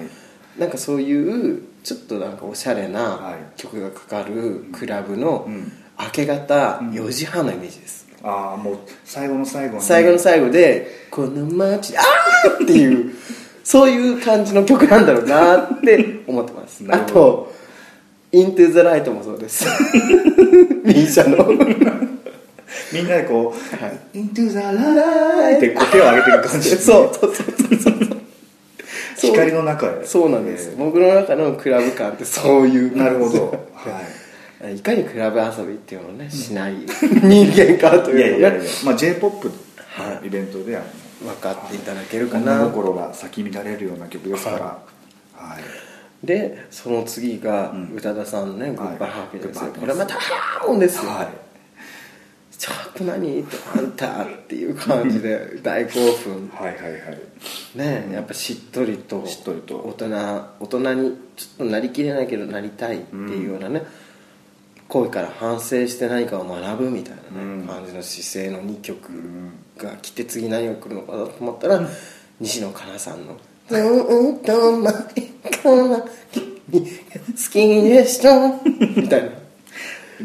[SPEAKER 1] なんかそういうちょっとなんかおしゃれ
[SPEAKER 2] は
[SPEAKER 1] ない曲がかかるクラブの
[SPEAKER 2] うん
[SPEAKER 1] 明け方4時半のイメージです、
[SPEAKER 2] ああもう最後の最後に
[SPEAKER 1] 最後の最後で「この街であー!」っていうそういう感じの曲なんだろうなって思ってます
[SPEAKER 2] な
[SPEAKER 1] あ
[SPEAKER 2] るほ
[SPEAKER 1] と
[SPEAKER 2] <laughs>
[SPEAKER 1] 「イントゥ・ザ・ライト」もそうですミーシャの
[SPEAKER 2] みんなでこう「Into the light」ってこう手を上げてる感じ
[SPEAKER 1] そうそうそうそう
[SPEAKER 2] 光の中へ
[SPEAKER 1] そうなんです、僕の中のクラブ感ってそういう
[SPEAKER 2] なるほど、
[SPEAKER 1] <laughs> はい、いかにクラブ遊びっていうのをね、しない人間かと
[SPEAKER 2] い、いや
[SPEAKER 1] いう
[SPEAKER 2] い
[SPEAKER 1] の
[SPEAKER 2] や
[SPEAKER 1] を
[SPEAKER 2] い
[SPEAKER 1] ね
[SPEAKER 2] や、まあ、j p o p のイベントでは
[SPEAKER 1] 分かっていただけるか
[SPEAKER 2] 女
[SPEAKER 1] な
[SPEAKER 2] 心が咲き乱れるような曲ですからはい
[SPEAKER 1] でその次が
[SPEAKER 2] うん
[SPEAKER 1] 宇多田さんのね「グ
[SPEAKER 2] はい
[SPEAKER 1] ッバイハッピー」ですよ
[SPEAKER 2] グッ
[SPEAKER 1] こ
[SPEAKER 2] バイハ
[SPEAKER 1] れま
[SPEAKER 2] ッピーです
[SPEAKER 1] たハーモンですよ、
[SPEAKER 2] はい
[SPEAKER 1] ちょっと何とあんたっていう感じで大興奮
[SPEAKER 2] はいはいはい
[SPEAKER 1] ねやっぱしっとりと
[SPEAKER 2] しっとりと
[SPEAKER 1] 大人大人にちょっとなりきれないけどなりたいっていうようなね、恋から反省して何かを学ぶみたいな、ね
[SPEAKER 2] うん
[SPEAKER 1] 感じの姿勢の2曲
[SPEAKER 2] ん
[SPEAKER 1] が来て次何が来るのかなと思ったら、西野カナさんの「ずーっと前から君が好きでした」みたい
[SPEAKER 2] <laughs>
[SPEAKER 1] な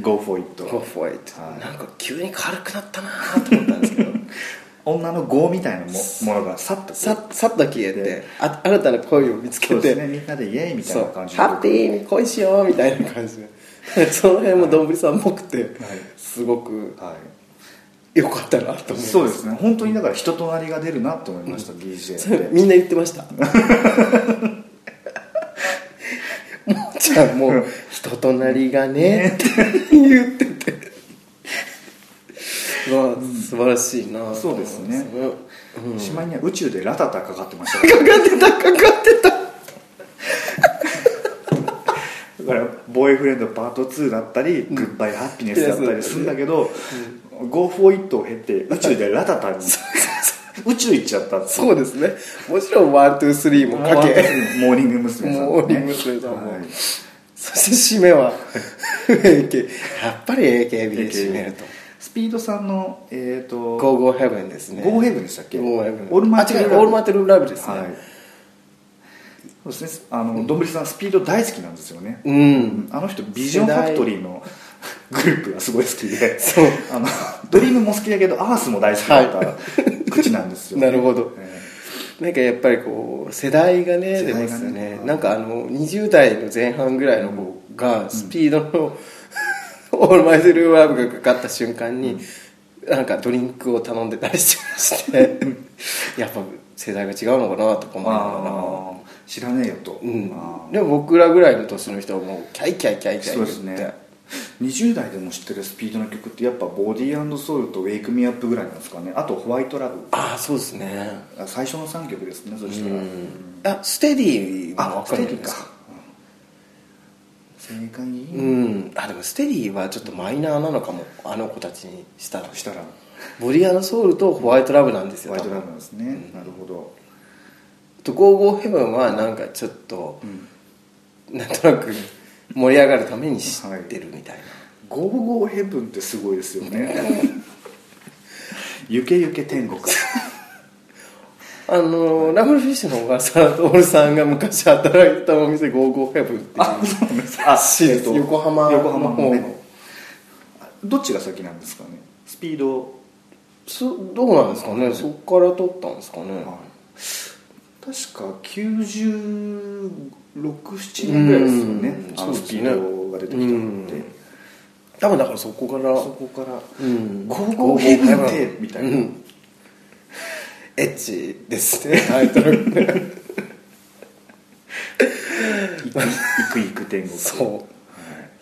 [SPEAKER 2] Go for it
[SPEAKER 1] 「Go for it
[SPEAKER 2] はい
[SPEAKER 1] なんか急に軽くなったなと思ったんですけど
[SPEAKER 2] 女の GO みたいなもものがさっとこう
[SPEAKER 1] ささっと消えて
[SPEAKER 2] で
[SPEAKER 1] あ新たな恋を見つ
[SPEAKER 2] そ
[SPEAKER 1] け
[SPEAKER 2] う
[SPEAKER 1] て
[SPEAKER 2] ですねみんなでイエーイみたい
[SPEAKER 1] そう
[SPEAKER 2] な感じの
[SPEAKER 1] ハッピー恋しようみたいな感じでその辺もどんぶりさんっぽくてすごく
[SPEAKER 2] は
[SPEAKER 1] 良かったなと
[SPEAKER 2] い
[SPEAKER 1] 思い
[SPEAKER 2] そう
[SPEAKER 1] ま
[SPEAKER 2] ですね本当にだから人となりが出るなと思いました、DJ
[SPEAKER 1] それ
[SPEAKER 2] って
[SPEAKER 1] みんな言って
[SPEAKER 2] <laughs>
[SPEAKER 1] ましたもうちゃんもう人となりがねって言っててまあ素晴らしいなと思います
[SPEAKER 2] そうですね
[SPEAKER 1] うん
[SPEAKER 2] しまいには宇宙でラタタかかってました
[SPEAKER 1] かかってたかかってた
[SPEAKER 2] だからボーイフレンドパート2だったり、グッバイハッピネスだったりするんだけど、ゴーフォーイットを経て宇宙でラタタに宇宙行っちゃったっていう
[SPEAKER 1] そうですねもちろんワンツースリーもかけ
[SPEAKER 2] モーニング娘。さん
[SPEAKER 1] モーニング娘さんも
[SPEAKER 2] はい
[SPEAKER 1] そして締めは <laughs> AK やっぱり AKB で締めると
[SPEAKER 2] スピードさんのえっ、ー、と
[SPEAKER 1] ゴーゴーヘブンですね
[SPEAKER 2] ゴーヘブンでしたっけ
[SPEAKER 1] Go Go Heaven
[SPEAKER 2] オールマイ
[SPEAKER 1] あ違うオールマイティラブですね、
[SPEAKER 2] はいそうですねあのどんぶりさんスピード大好きなんですよね、
[SPEAKER 1] うん
[SPEAKER 2] あの人ビジョンファクトリ
[SPEAKER 1] <laughs>
[SPEAKER 2] ーのグループがすごい好きで
[SPEAKER 1] そう
[SPEAKER 2] あのドリームも好きだけどアースも大好きだった口なんです
[SPEAKER 1] <laughs>
[SPEAKER 2] よ、
[SPEAKER 1] なるほど
[SPEAKER 2] え
[SPEAKER 1] なんかやっぱりこう世代がね出
[SPEAKER 2] 世代が
[SPEAKER 1] ま
[SPEAKER 2] ね
[SPEAKER 1] すよね
[SPEAKER 2] はい
[SPEAKER 1] なんかあの20代の前半ぐらいの子がスピードの、 <laughs> オールマイティルラブがかかった瞬間に、なんかドリンクを頼んでたりしてまして
[SPEAKER 2] <laughs>
[SPEAKER 1] やっぱ世代が違うのかなとか
[SPEAKER 2] ー
[SPEAKER 1] 思いながら
[SPEAKER 2] あー知らねえよと、
[SPEAKER 1] うん
[SPEAKER 2] あ、ー
[SPEAKER 1] でも僕らぐらいの年の人はもうキャイキャイキャイキャイ
[SPEAKER 2] そ
[SPEAKER 1] 言
[SPEAKER 2] う
[SPEAKER 1] っ
[SPEAKER 2] で
[SPEAKER 1] て
[SPEAKER 2] すね20代でも知ってるスピードの曲ってやっぱ「ボディーソウル」と「ウェイク・ミーアップ」ぐらいなんですかねあと「ホワイト・ラブ
[SPEAKER 1] ああそうですね」
[SPEAKER 2] あ最初の3曲ですねそした
[SPEAKER 1] う
[SPEAKER 2] ら、
[SPEAKER 1] んあステディも
[SPEAKER 2] あ
[SPEAKER 1] 分
[SPEAKER 2] ス
[SPEAKER 1] かる
[SPEAKER 2] テ
[SPEAKER 1] ん
[SPEAKER 2] ディ
[SPEAKER 1] で
[SPEAKER 2] か
[SPEAKER 1] すか
[SPEAKER 2] 正解
[SPEAKER 1] う
[SPEAKER 2] に
[SPEAKER 1] んあでもステディはちょっとマイナーなのかもあの子たちにしたら
[SPEAKER 2] したら
[SPEAKER 1] ボディアのソウルとホワイトラブなんです
[SPEAKER 2] ホ
[SPEAKER 1] よ
[SPEAKER 2] ワイトラ
[SPEAKER 1] 多
[SPEAKER 2] ブ
[SPEAKER 1] 分
[SPEAKER 2] なんですね、なるほど、
[SPEAKER 1] とゴーゴーヘブンはなんかちょっと
[SPEAKER 2] ん、
[SPEAKER 1] なんとなく盛り上がるために知ってるみたいな、
[SPEAKER 2] ゴーゴーヘブンってすごいですよねゆけゆけ天国
[SPEAKER 1] あのラブルフィッシュの小笠原徹さんが昔働いてたお店ゴーゴーヘブンっていう
[SPEAKER 2] そうなんですあ
[SPEAKER 1] そうです横浜
[SPEAKER 2] <laughs> 横浜の
[SPEAKER 1] の方
[SPEAKER 2] ねどっちが先なんですかねスピード、
[SPEAKER 1] そどうなんですかねそこから撮ったんですかね
[SPEAKER 2] 確か967年ぐらいですよ
[SPEAKER 1] う
[SPEAKER 2] ね、
[SPEAKER 1] ん
[SPEAKER 2] あ
[SPEAKER 1] そう
[SPEAKER 2] の
[SPEAKER 1] です
[SPEAKER 2] ス
[SPEAKER 1] ね
[SPEAKER 2] ピードが出てきたの
[SPEAKER 1] う
[SPEAKER 2] って、
[SPEAKER 1] ん多分だからそこから
[SPEAKER 2] そこから「
[SPEAKER 1] うん
[SPEAKER 2] ゴーゴーヘブンで」みたいな、
[SPEAKER 1] うんエッチですねタイトル
[SPEAKER 2] 行く行く行く天国、
[SPEAKER 1] <laughs> そう
[SPEAKER 2] はい
[SPEAKER 1] うん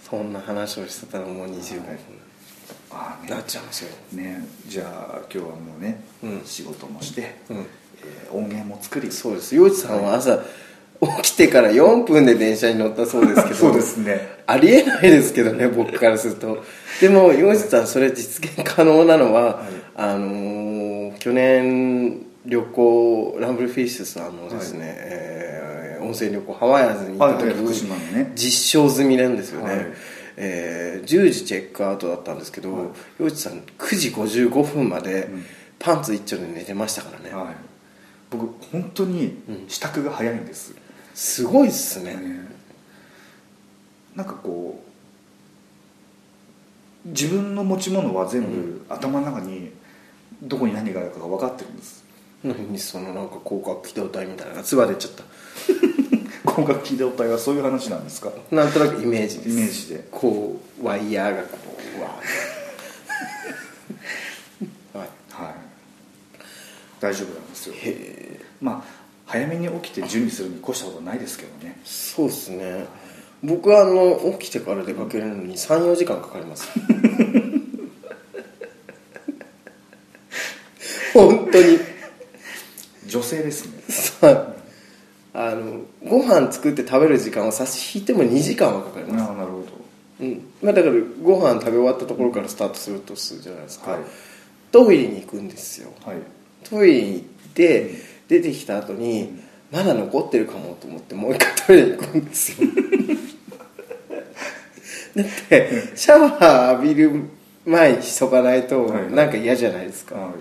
[SPEAKER 1] そんな話をしてたらもう25分
[SPEAKER 2] ああね
[SPEAKER 1] なっちゃいますよ
[SPEAKER 2] ねじゃあ今日はもうね、
[SPEAKER 1] うん
[SPEAKER 2] 仕事もして、
[SPEAKER 1] うん
[SPEAKER 2] えー音源も作り
[SPEAKER 1] そうです洋一さんは朝起きてから4分で電車に乗ったそうですけど
[SPEAKER 2] そうですね
[SPEAKER 1] ありえないですけど
[SPEAKER 2] <laughs>
[SPEAKER 1] ね僕からするとでも洋一さんそれ実現可能なのは、あのー去年旅行ランブルフィッシュさんのですね、えー温泉旅行ハワイアンズに行った時
[SPEAKER 2] はいはい
[SPEAKER 1] に
[SPEAKER 2] 福島のね
[SPEAKER 1] 実証済みなんですよね、
[SPEAKER 2] はい
[SPEAKER 1] えー10時チェックアウトだったんですけど、洋一さん9時55分まで
[SPEAKER 2] ん
[SPEAKER 1] パンツ一丁で寝てましたからね、
[SPEAKER 2] はい僕本当に支度が早いんです、
[SPEAKER 1] すごいっすね、
[SPEAKER 2] ねなんかこう自分の持ち物は全部、頭の中にどこに何があるかが分かってるんです <laughs>
[SPEAKER 1] 何そのなんか広角機動隊みたいなのが唾出ちゃっ
[SPEAKER 2] 今回聞いたお題はそういう話なんですか
[SPEAKER 1] たなんとなくイメージです
[SPEAKER 2] イメージで
[SPEAKER 1] こうワイヤーがこううわー <laughs>
[SPEAKER 2] 大丈夫なんですよ
[SPEAKER 1] へえ
[SPEAKER 2] まあ早めに起きて準備するに越したことないですけどね
[SPEAKER 1] そうですね僕はあの起きてから出かけるのに34時間かかります
[SPEAKER 2] <laughs>
[SPEAKER 1] 本当に
[SPEAKER 2] 女性ですね
[SPEAKER 1] そうあのご飯作って食べる時間を差し引いても2時間はかかり
[SPEAKER 2] ああ
[SPEAKER 1] ます、
[SPEAKER 2] なるほ
[SPEAKER 1] うんまあ、だからご飯食べ終わったところからスタートするとするじゃないですか、
[SPEAKER 2] はい
[SPEAKER 1] トイレに行くんですよ
[SPEAKER 2] どはい
[SPEAKER 1] トイレに行って出てきた後にまだ残ってるかもと思ってもう一回トイレに行くんです
[SPEAKER 2] <laughs>
[SPEAKER 1] よだってシャワー浴びる前にしとかないと
[SPEAKER 2] はい
[SPEAKER 1] なんか嫌じゃないですか、
[SPEAKER 2] は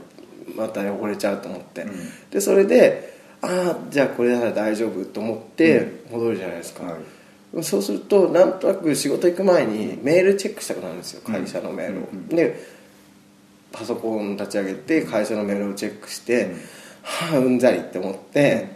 [SPEAKER 1] また汚れちゃうと思って、
[SPEAKER 2] うん
[SPEAKER 1] でそれでああじゃあこれなら大丈夫と思って戻るじゃないですか、
[SPEAKER 2] は
[SPEAKER 1] そうするとなんとなく仕事行く前にメールチェックしたくなるんですよ
[SPEAKER 2] うん
[SPEAKER 1] 会社のメールを、
[SPEAKER 2] うんうん
[SPEAKER 1] でパソコン立ち上げて会社のメールをチェックして、
[SPEAKER 2] うん
[SPEAKER 1] はあうんざりって思って、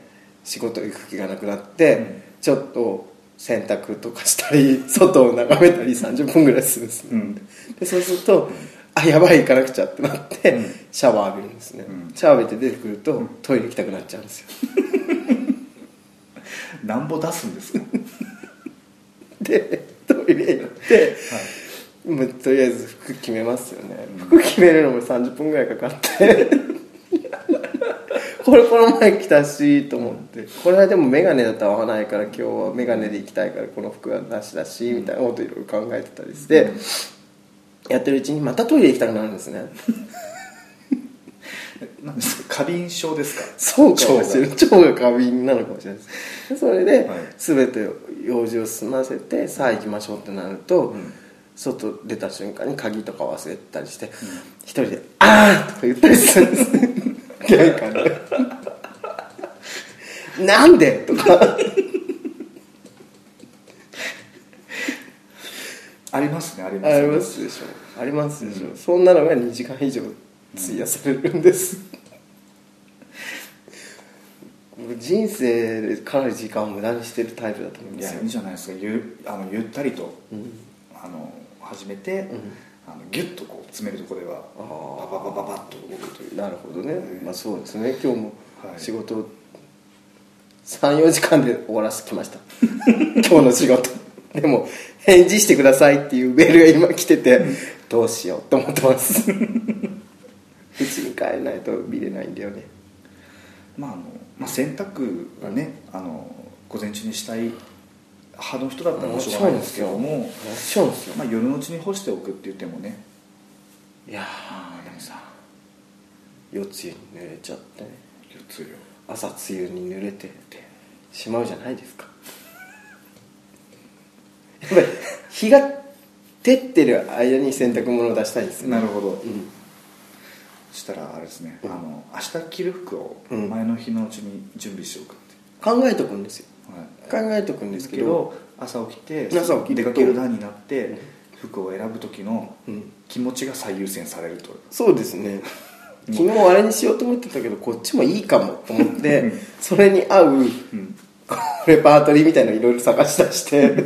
[SPEAKER 1] 仕事行く気がなくなって、
[SPEAKER 2] うん
[SPEAKER 1] ちょっと洗濯とかしたり外を眺めたり30分ぐらいするんですね、
[SPEAKER 2] うん
[SPEAKER 1] でそうするとあやばい行かなくちゃってなって、
[SPEAKER 2] うん
[SPEAKER 1] シャワー浴びるんですね、
[SPEAKER 2] うん
[SPEAKER 1] シャワー浴びて出てくるとトイレ行きたくなっちゃうんですよ
[SPEAKER 2] なんぼ出すんですか
[SPEAKER 1] でトイレ行って、もうとりあえず服決めますよね、服決めるのも30分ぐらいかかってこれこの前着たしと思って、これはでも眼鏡だと合わないから今日は眼鏡で行きたいからこの服はなしだし、みたいなこといろいろ考えてたりして、やってるうちにまたトイレ行きたくなるんですね
[SPEAKER 2] なんですか過敏症ですか
[SPEAKER 1] そうかもしれない腸が過敏なのかもしれないですでそれで、
[SPEAKER 2] はい
[SPEAKER 1] 全て用事を済ませてさあ行きましょうってなると、
[SPEAKER 2] ん
[SPEAKER 1] 外出た瞬間に鍵とか忘れてたりして、一人で「あー!」とか言ったりするんですね玄関で「なんで?」とか
[SPEAKER 2] ありますねあります
[SPEAKER 1] ありますでしょありますでしょ、そんなのが2時間以上費やされるんです、僕人生でかなり時間を無駄にしてるタイプだと思うん
[SPEAKER 2] い
[SPEAKER 1] です
[SPEAKER 2] や
[SPEAKER 1] よ
[SPEAKER 2] いいじゃないですかゆあのゆったりと、あの始めて、あのギュッとこう詰めるとこでは
[SPEAKER 1] あー
[SPEAKER 2] パパパパパッと動くという
[SPEAKER 1] なるほどね、まあ、そうですね今日も
[SPEAKER 2] はい
[SPEAKER 1] 仕事を34時間で終わらせてきました
[SPEAKER 2] <laughs>
[SPEAKER 1] 今日の仕事でも返事してくださいっていうメールが今来ててどうしようと思ってますうちに帰らないと見れないんだよね
[SPEAKER 2] まああのまあ、洗濯がね、あの午前中にしたい派の人だったら
[SPEAKER 1] も
[SPEAKER 2] も
[SPEAKER 1] ち
[SPEAKER 2] しょ
[SPEAKER 1] ろ
[SPEAKER 2] うが
[SPEAKER 1] ん
[SPEAKER 2] な
[SPEAKER 1] で
[SPEAKER 2] いですす
[SPEAKER 1] け
[SPEAKER 2] け
[SPEAKER 1] ど
[SPEAKER 2] ど
[SPEAKER 1] も
[SPEAKER 2] も
[SPEAKER 1] も、ちろんですよ、
[SPEAKER 2] まあ、夜のうちに干しておくって言ってもね
[SPEAKER 1] いや
[SPEAKER 2] ああでもさ
[SPEAKER 1] ー夜露に濡れちゃってね
[SPEAKER 2] 流通量
[SPEAKER 1] 朝露に濡れてしまうじゃないですか <laughs> やっぱり日が照ってる間に洗濯物を出したいんですよね
[SPEAKER 2] なるほど
[SPEAKER 1] うん
[SPEAKER 2] そしたらあれですね、
[SPEAKER 1] うん
[SPEAKER 2] あの明日着る服を
[SPEAKER 1] うん
[SPEAKER 2] 前の日のうちに準備しておくって、
[SPEAKER 1] 考えとくんですよ
[SPEAKER 2] はい、
[SPEAKER 1] 考えとくんで
[SPEAKER 2] ですす
[SPEAKER 1] け
[SPEAKER 2] け
[SPEAKER 1] ど
[SPEAKER 2] ど朝起きて
[SPEAKER 1] 朝起きると
[SPEAKER 2] 出かける段になって服を選ぶ時の
[SPEAKER 1] うん
[SPEAKER 2] 気持ちが最優先されると
[SPEAKER 1] そうですね昨日あれにしようと思ってたけどこっちもいいかもと思ってそれに合う
[SPEAKER 2] うん
[SPEAKER 1] <laughs> レパートリーみたいのいろいろ探し出して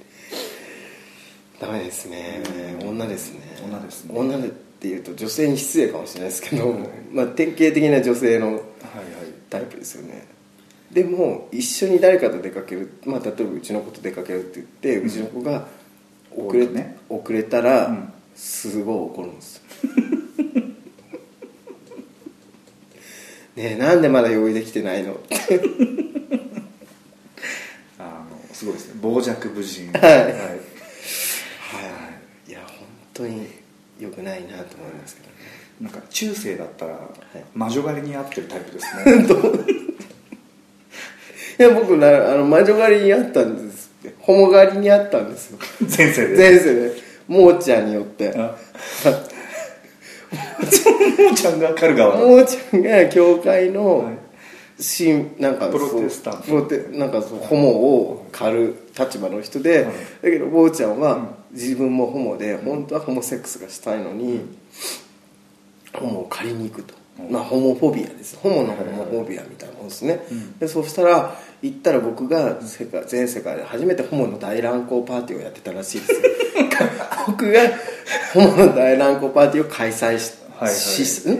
[SPEAKER 1] <laughs> ダメですね女ですね
[SPEAKER 2] 女ですね
[SPEAKER 1] 女でっていうと女性に失礼かもしれないですけど、まあ、典型的な女性の
[SPEAKER 2] はいはい
[SPEAKER 1] タイプですよねでも一緒に誰かと出かける、まあ、例えばうちの子と出かけるって言って、うちの子が遅れ,、
[SPEAKER 2] 多いとね
[SPEAKER 1] 遅れたら、
[SPEAKER 2] うん
[SPEAKER 1] すごい怒るんですよ <laughs> ねえなんでまだ用意できてないのって
[SPEAKER 2] あのすごいですね傍若無人
[SPEAKER 1] <laughs> はいはい、いや本当に良くないなと思いますけどね
[SPEAKER 2] いなんか中世だったら
[SPEAKER 1] い
[SPEAKER 2] 魔女狩りに合ってるタイプです
[SPEAKER 1] <laughs>
[SPEAKER 2] ね
[SPEAKER 1] いや僕なあの魔女狩りにあったんですってホモ狩りにあったんですよ
[SPEAKER 2] 前世で
[SPEAKER 1] 前世でモーちゃんによって
[SPEAKER 2] あもーちゃんが狩る側
[SPEAKER 1] モーちゃんが教会の
[SPEAKER 2] はい
[SPEAKER 1] 新なんか
[SPEAKER 2] プロ
[SPEAKER 1] そう
[SPEAKER 2] テスタント
[SPEAKER 1] プロテなんかそうホモを狩る立場の人で、
[SPEAKER 2] はい
[SPEAKER 1] だけどモーちゃんは自分もホモで、本当はホモセックスがしたいのに、ホモを借りに行くと、
[SPEAKER 2] うん
[SPEAKER 1] まあホモフォビアですホモのホモフォビアみたいなもんですね、
[SPEAKER 2] うん
[SPEAKER 1] でそうしたら行ったら僕が世界全世界で初めてホモの大乱交パーティーをやってたらしいですよ僕がホモの大乱交パーティーを開催し,し、
[SPEAKER 2] はいはい
[SPEAKER 1] しん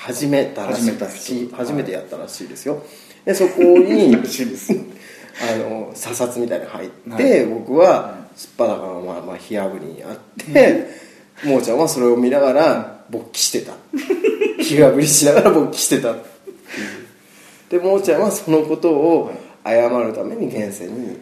[SPEAKER 1] 始めたらしい
[SPEAKER 2] 始めた人
[SPEAKER 1] 初めてやったらしいですよ、でそこ
[SPEAKER 2] <laughs>
[SPEAKER 1] に
[SPEAKER 2] らしいです
[SPEAKER 1] あの査察みたいに入って、
[SPEAKER 2] はい
[SPEAKER 1] 僕はすっぱだからまあまあ火あぶりにあって、もーちゃんはそれを見ながら勃起してた火あぶりしながら勃起してたでもーちゃんはそのことを謝るために現世に
[SPEAKER 2] 現れ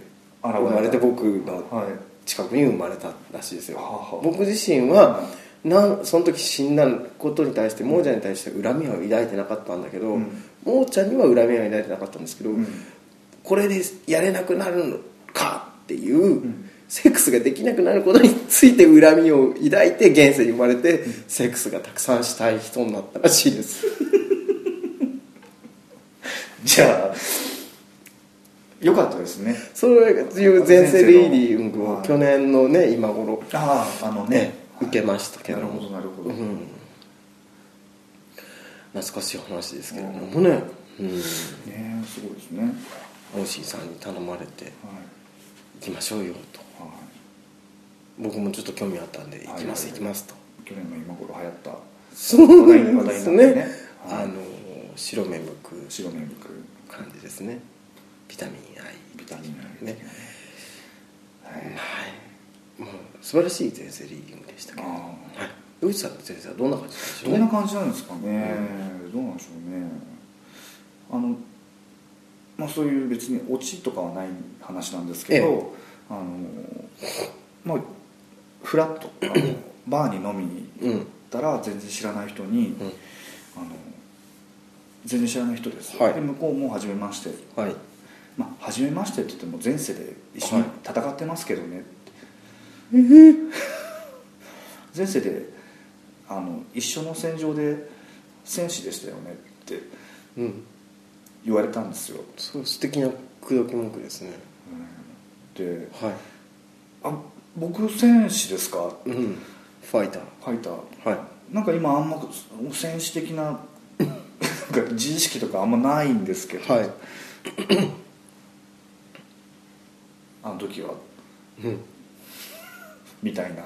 [SPEAKER 2] た
[SPEAKER 1] 生まれて僕の
[SPEAKER 2] はい
[SPEAKER 1] 近くに生まれたらしいですよ、
[SPEAKER 2] はあはあ
[SPEAKER 1] 僕自身はなんその時死んだことに対してもーちゃんに対して恨みは抱いてなかったんだけど、
[SPEAKER 2] うん
[SPEAKER 1] もーちゃんには恨みは抱いてなかったんですけど、
[SPEAKER 2] うん
[SPEAKER 1] これでやれなくなるのかっていう、セックスができなくなることについて恨みを抱いて現世に生まれて、セックスがたくさんしたい人になったらしいです
[SPEAKER 2] <laughs> じゃあよかったですね
[SPEAKER 1] それいう前世リーディングを
[SPEAKER 2] はい
[SPEAKER 1] 去年のね今頃
[SPEAKER 2] あああの
[SPEAKER 1] ね
[SPEAKER 2] ね
[SPEAKER 1] 受けましたけど
[SPEAKER 2] なるほどなるほど、
[SPEAKER 1] うん懐かしい話ですけれどもね、うん、
[SPEAKER 2] ねすごいですねはい
[SPEAKER 1] オーシーさんに頼まれて行きましょうよと
[SPEAKER 2] は
[SPEAKER 1] 僕もちょっと興味あったんで行きます
[SPEAKER 2] はい
[SPEAKER 1] 行きますと
[SPEAKER 2] い去年の今頃流行った
[SPEAKER 1] そう
[SPEAKER 2] 題に
[SPEAKER 1] なん
[SPEAKER 2] なっ
[SPEAKER 1] で
[SPEAKER 2] て
[SPEAKER 1] す
[SPEAKER 2] ね
[SPEAKER 1] ね
[SPEAKER 2] はい
[SPEAKER 1] あの白目向く
[SPEAKER 2] 白目向く
[SPEAKER 1] 感じですねビタミン I
[SPEAKER 2] ビタミン I
[SPEAKER 1] ね
[SPEAKER 2] はい
[SPEAKER 1] はいもう素晴らしい前世リーディングでしたけど
[SPEAKER 2] あー
[SPEAKER 1] はい野口さんの前世はどんな感じなんでしょうね
[SPEAKER 2] どんな感じなんですかね、どうなんでしょうねあのまあそういう別にオチとかはない話なんですけど、
[SPEAKER 1] え
[SPEAKER 2] あのまあフラッとあのバーに飲みに行ったら全然知らない人に、
[SPEAKER 1] うん
[SPEAKER 2] あの全然知らない人です、
[SPEAKER 1] はい
[SPEAKER 2] で向こうも初めまして
[SPEAKER 1] はい
[SPEAKER 2] まあ、初めましてって言っても前世で一緒に戦ってますけどね、前世であの一緒の戦場で戦士でしたよねって
[SPEAKER 1] うん
[SPEAKER 2] 言われたんですよ、
[SPEAKER 1] そう素敵な口説き文句ですね
[SPEAKER 2] うんで
[SPEAKER 1] はい
[SPEAKER 2] 「あ僕戦士ですか?」
[SPEAKER 1] うんファイター
[SPEAKER 2] ファイター
[SPEAKER 1] はい
[SPEAKER 2] なんか今あんま戦
[SPEAKER 1] <laughs>
[SPEAKER 2] 士的ななんか自意識とかあんまないんですけど、
[SPEAKER 1] はい
[SPEAKER 2] あの時は
[SPEAKER 1] うん
[SPEAKER 2] みたいな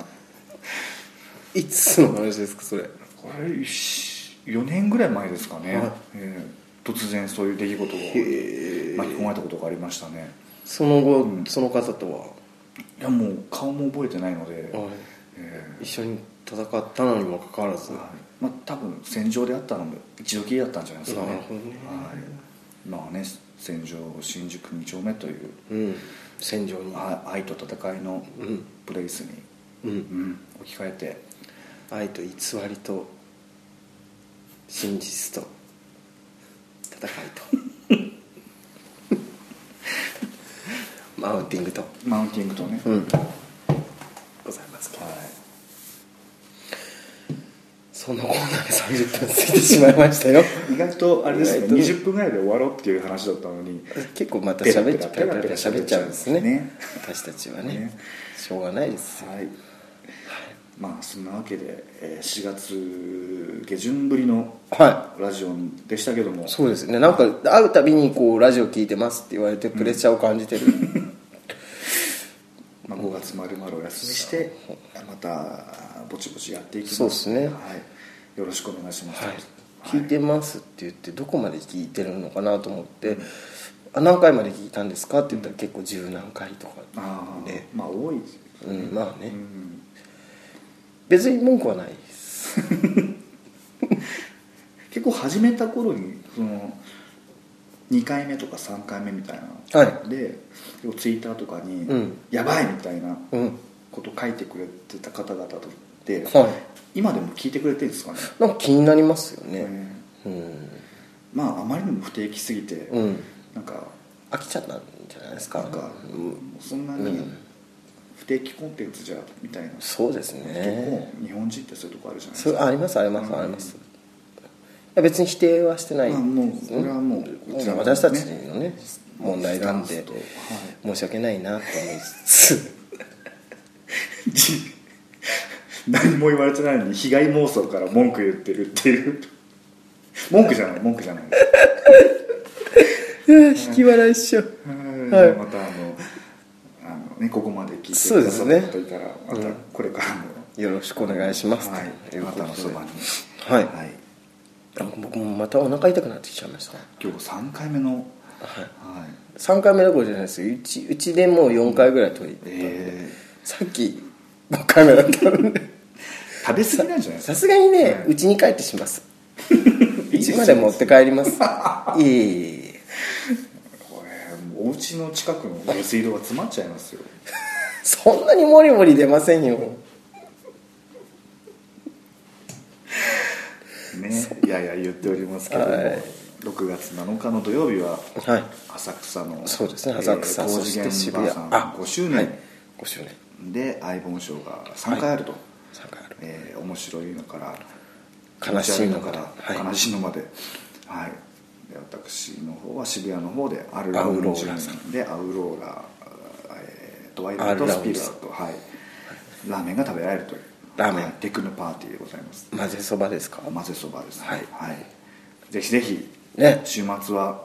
[SPEAKER 2] い
[SPEAKER 1] つの話ですかそれ
[SPEAKER 2] これ4年ぐらい前ですかね、
[SPEAKER 1] はい
[SPEAKER 2] えー突然そういう出来事を
[SPEAKER 1] へ
[SPEAKER 2] 巻き込
[SPEAKER 1] え
[SPEAKER 2] まれたことがありましたね
[SPEAKER 1] その後、
[SPEAKER 2] うん
[SPEAKER 1] その方と
[SPEAKER 2] いやもう顔も覚えてないので、
[SPEAKER 1] は、はい
[SPEAKER 2] え
[SPEAKER 1] 一緒に戦ったのにもかかわらず、
[SPEAKER 2] ーはいまあ、多分戦場であったのも一度きりだったんじゃないですかね
[SPEAKER 1] なるほどね
[SPEAKER 2] はい、今はね戦場新宿2丁目という
[SPEAKER 1] うん戦場に、
[SPEAKER 2] あ愛と戦いの
[SPEAKER 1] うん
[SPEAKER 2] プレイスに、
[SPEAKER 1] う、
[SPEAKER 2] うんん、置き換えて
[SPEAKER 1] 愛と偽りと真実と戦いと <laughs> マウンティングと
[SPEAKER 2] マウンティングとね、
[SPEAKER 1] うんございますけど
[SPEAKER 2] はい、
[SPEAKER 1] そんなコーナーで30分過ぎてしまいましたよ
[SPEAKER 2] 意外とあれです
[SPEAKER 1] 意
[SPEAKER 2] ね
[SPEAKER 1] 外と
[SPEAKER 2] 20分ぐらいで終わろうっていう話だったのに
[SPEAKER 1] 結構また喋っちゃう
[SPEAKER 2] ペラペラペラペラ
[SPEAKER 1] 喋っちゃうんですね
[SPEAKER 2] ね
[SPEAKER 1] 私たちはね
[SPEAKER 2] ね
[SPEAKER 1] しょうがないですよ
[SPEAKER 2] はい、まあそんなわけで、えー4月下旬ぶりの
[SPEAKER 1] は
[SPEAKER 2] ラジオでしたけども、
[SPEAKER 1] そうですねなんか会うたびにこう「ラジオ聞いてます」って言われてプレッシャーを感じてる、
[SPEAKER 2] まあ、5月まるまるお休みしてまたぼちぼちやっていきます
[SPEAKER 1] そうですね
[SPEAKER 2] はい、よろしくお願いします、
[SPEAKER 1] 聞いてますって言ってどこまで聞いてるのかなと思って「あ何回まで聞いたんですか?」って言ったら結構十何回とか
[SPEAKER 2] ああ、
[SPEAKER 1] ね
[SPEAKER 2] まあ多いです
[SPEAKER 1] うんまあね
[SPEAKER 2] うん
[SPEAKER 1] 別に文句はないです
[SPEAKER 2] 結構始めた頃にその2回目とか3回目みたいな、
[SPEAKER 1] はい
[SPEAKER 2] で結構ツイッターとかに「
[SPEAKER 1] うん
[SPEAKER 2] やばい!」みたいな
[SPEAKER 1] うん
[SPEAKER 2] こと書いてくれてた方々とって、
[SPEAKER 1] はい
[SPEAKER 2] 今でも聞いてくれてるんですかね
[SPEAKER 1] なんか気になりますよね
[SPEAKER 2] ね
[SPEAKER 1] うん、
[SPEAKER 2] まああまりにも不定期すぎて、
[SPEAKER 1] うん、
[SPEAKER 2] なんか
[SPEAKER 1] 飽きちゃったんじゃないですか
[SPEAKER 2] なんか、
[SPEAKER 1] うん
[SPEAKER 2] そんな
[SPEAKER 1] う
[SPEAKER 2] に
[SPEAKER 1] ん
[SPEAKER 2] 不定期コンテンツじゃみたいな、
[SPEAKER 1] そうですね
[SPEAKER 2] 結構日本人ってそういうとこあるじゃないで
[SPEAKER 1] そ
[SPEAKER 2] す
[SPEAKER 1] う
[SPEAKER 2] か
[SPEAKER 1] あありますあります
[SPEAKER 2] うん
[SPEAKER 1] ありますいや別に否定はしてない
[SPEAKER 2] まあもうこれはもうこちらのね
[SPEAKER 1] 私たちのね問題なん
[SPEAKER 2] スタ
[SPEAKER 1] で
[SPEAKER 2] ンスとはい
[SPEAKER 1] 申し訳ないなと思いつ
[SPEAKER 2] <laughs>
[SPEAKER 1] つ
[SPEAKER 2] じ何も言われてないのに被害妄想から文句言ってるっていう文句じゃない文句じゃない
[SPEAKER 1] 引き笑いしよう
[SPEAKER 2] はいまたあのあの、ね、ここまで聞いてくださった方いたら、またこれからも
[SPEAKER 1] よろしくお願いします
[SPEAKER 2] はい
[SPEAKER 1] という
[SPEAKER 2] ま
[SPEAKER 1] こと
[SPEAKER 2] た
[SPEAKER 1] で
[SPEAKER 2] のそばに
[SPEAKER 1] はい
[SPEAKER 2] はい
[SPEAKER 1] なんか僕もまたお腹痛くなってきちゃいました
[SPEAKER 2] 今日3回目の
[SPEAKER 1] はい
[SPEAKER 2] はい
[SPEAKER 1] 3回目どころじゃないですようちうちでもう4回ぐらい取り行ったんで、
[SPEAKER 2] え
[SPEAKER 1] さっき5回目だったんで
[SPEAKER 2] ー、食べ過ぎなんじゃないですか
[SPEAKER 1] さすがにね
[SPEAKER 2] はいう
[SPEAKER 1] ち、に帰ってします家まで持って帰り
[SPEAKER 2] <laughs>
[SPEAKER 1] ますいえいえいえ
[SPEAKER 2] これもうお家の近くの下水道が詰まっちゃいますよ
[SPEAKER 1] そんなにモリモリ出ませんよ
[SPEAKER 2] ねいやいや言っておりますけども、
[SPEAKER 1] はい
[SPEAKER 2] 6月7日の土曜日は
[SPEAKER 1] はい
[SPEAKER 2] 浅草の
[SPEAKER 1] そうですね浅草、
[SPEAKER 2] えー
[SPEAKER 1] そして
[SPEAKER 2] 工事現
[SPEAKER 1] 渋
[SPEAKER 2] 場
[SPEAKER 1] 谷
[SPEAKER 2] さん5周
[SPEAKER 1] は
[SPEAKER 2] 年
[SPEAKER 1] い、5周年
[SPEAKER 2] で相棒賞が3回あると、
[SPEAKER 1] 3回ある
[SPEAKER 2] えー面白いのから
[SPEAKER 1] 悲しいの
[SPEAKER 2] 気持
[SPEAKER 1] か
[SPEAKER 2] ち悪
[SPEAKER 1] ら
[SPEAKER 2] いのから
[SPEAKER 1] は
[SPEAKER 2] 悲
[SPEAKER 1] い
[SPEAKER 2] しいのまではいで私の方は渋谷の方でアル
[SPEAKER 1] ア
[SPEAKER 2] ラ
[SPEAKER 1] ウ
[SPEAKER 2] ウ
[SPEAKER 1] ロ
[SPEAKER 2] ロ
[SPEAKER 1] ーラさ
[SPEAKER 2] ー
[SPEAKER 1] ん
[SPEAKER 2] ラでアウローラ、えー、とワイドと
[SPEAKER 1] アウローラ
[SPEAKER 2] スピルアウトはいラーメンが食べられるという
[SPEAKER 1] ラーメン
[SPEAKER 2] はいテクノパーティーでございます
[SPEAKER 1] 混ぜそばですか
[SPEAKER 2] 混ぜそばですね
[SPEAKER 1] はい
[SPEAKER 2] ぜひぜひ
[SPEAKER 1] ね
[SPEAKER 2] 週末は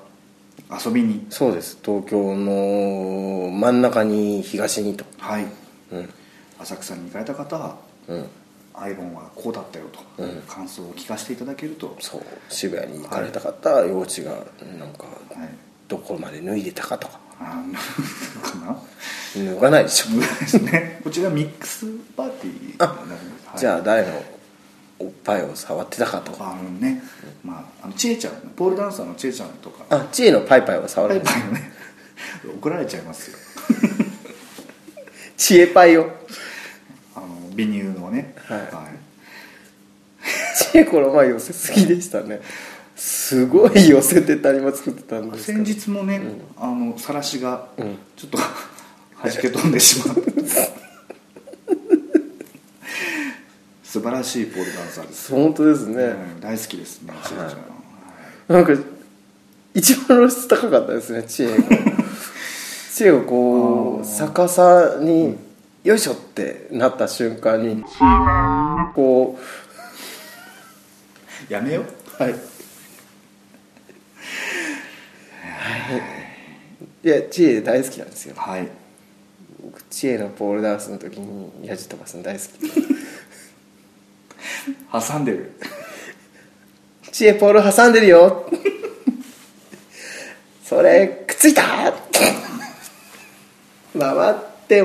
[SPEAKER 2] 遊びに
[SPEAKER 1] そうです東京の真ん中に東にと
[SPEAKER 2] はい
[SPEAKER 1] うん
[SPEAKER 2] 浅草に行かれた方は
[SPEAKER 1] うん
[SPEAKER 2] アイボンはこうだったよと、
[SPEAKER 1] うん
[SPEAKER 2] 感想を聞かせていただけると
[SPEAKER 1] そう渋谷に行かれた方幼稚がなんか
[SPEAKER 2] はい
[SPEAKER 1] どこまで脱いでたかとか
[SPEAKER 2] あの <laughs> かな
[SPEAKER 1] 脱がないでしょ、
[SPEAKER 2] 無駄ですねこちらミックスパーティーになるんですはい
[SPEAKER 1] じゃあ誰のおっぱいを触ってたかとか
[SPEAKER 2] あのね、まあ、あのちえちゃんポールダンサーのちえちゃんとか
[SPEAKER 1] あ知恵のパイパイを触
[SPEAKER 2] パ
[SPEAKER 1] るん
[SPEAKER 2] イ
[SPEAKER 1] です
[SPEAKER 2] パイのね怒られちゃいますよ
[SPEAKER 1] 知恵パイを
[SPEAKER 2] あの美乳のね、
[SPEAKER 1] はい知恵この前寄せすぎでしたねすごい寄せてたりも作ってたんですけど
[SPEAKER 2] 先日もね、あのさらしが
[SPEAKER 1] ん
[SPEAKER 2] ちょっとはじけ飛んでしまう素晴らしいポールダンサーです、
[SPEAKER 1] 本当ですね、
[SPEAKER 2] うん大好きですねちえちゃん、
[SPEAKER 1] はいなんか一番露出高かったですね知
[SPEAKER 2] <laughs>
[SPEAKER 1] 恵が知恵がこう逆さによいしょってなった瞬間にこう
[SPEAKER 2] やめよう
[SPEAKER 1] はいいや知恵大好きなんですよ
[SPEAKER 2] はい
[SPEAKER 1] 僕知恵のポールダンスの時にやじ飛ばすの大好
[SPEAKER 2] 挟んでる
[SPEAKER 1] き知恵ポール挟んでるよ <laughs> それくっついた回って回って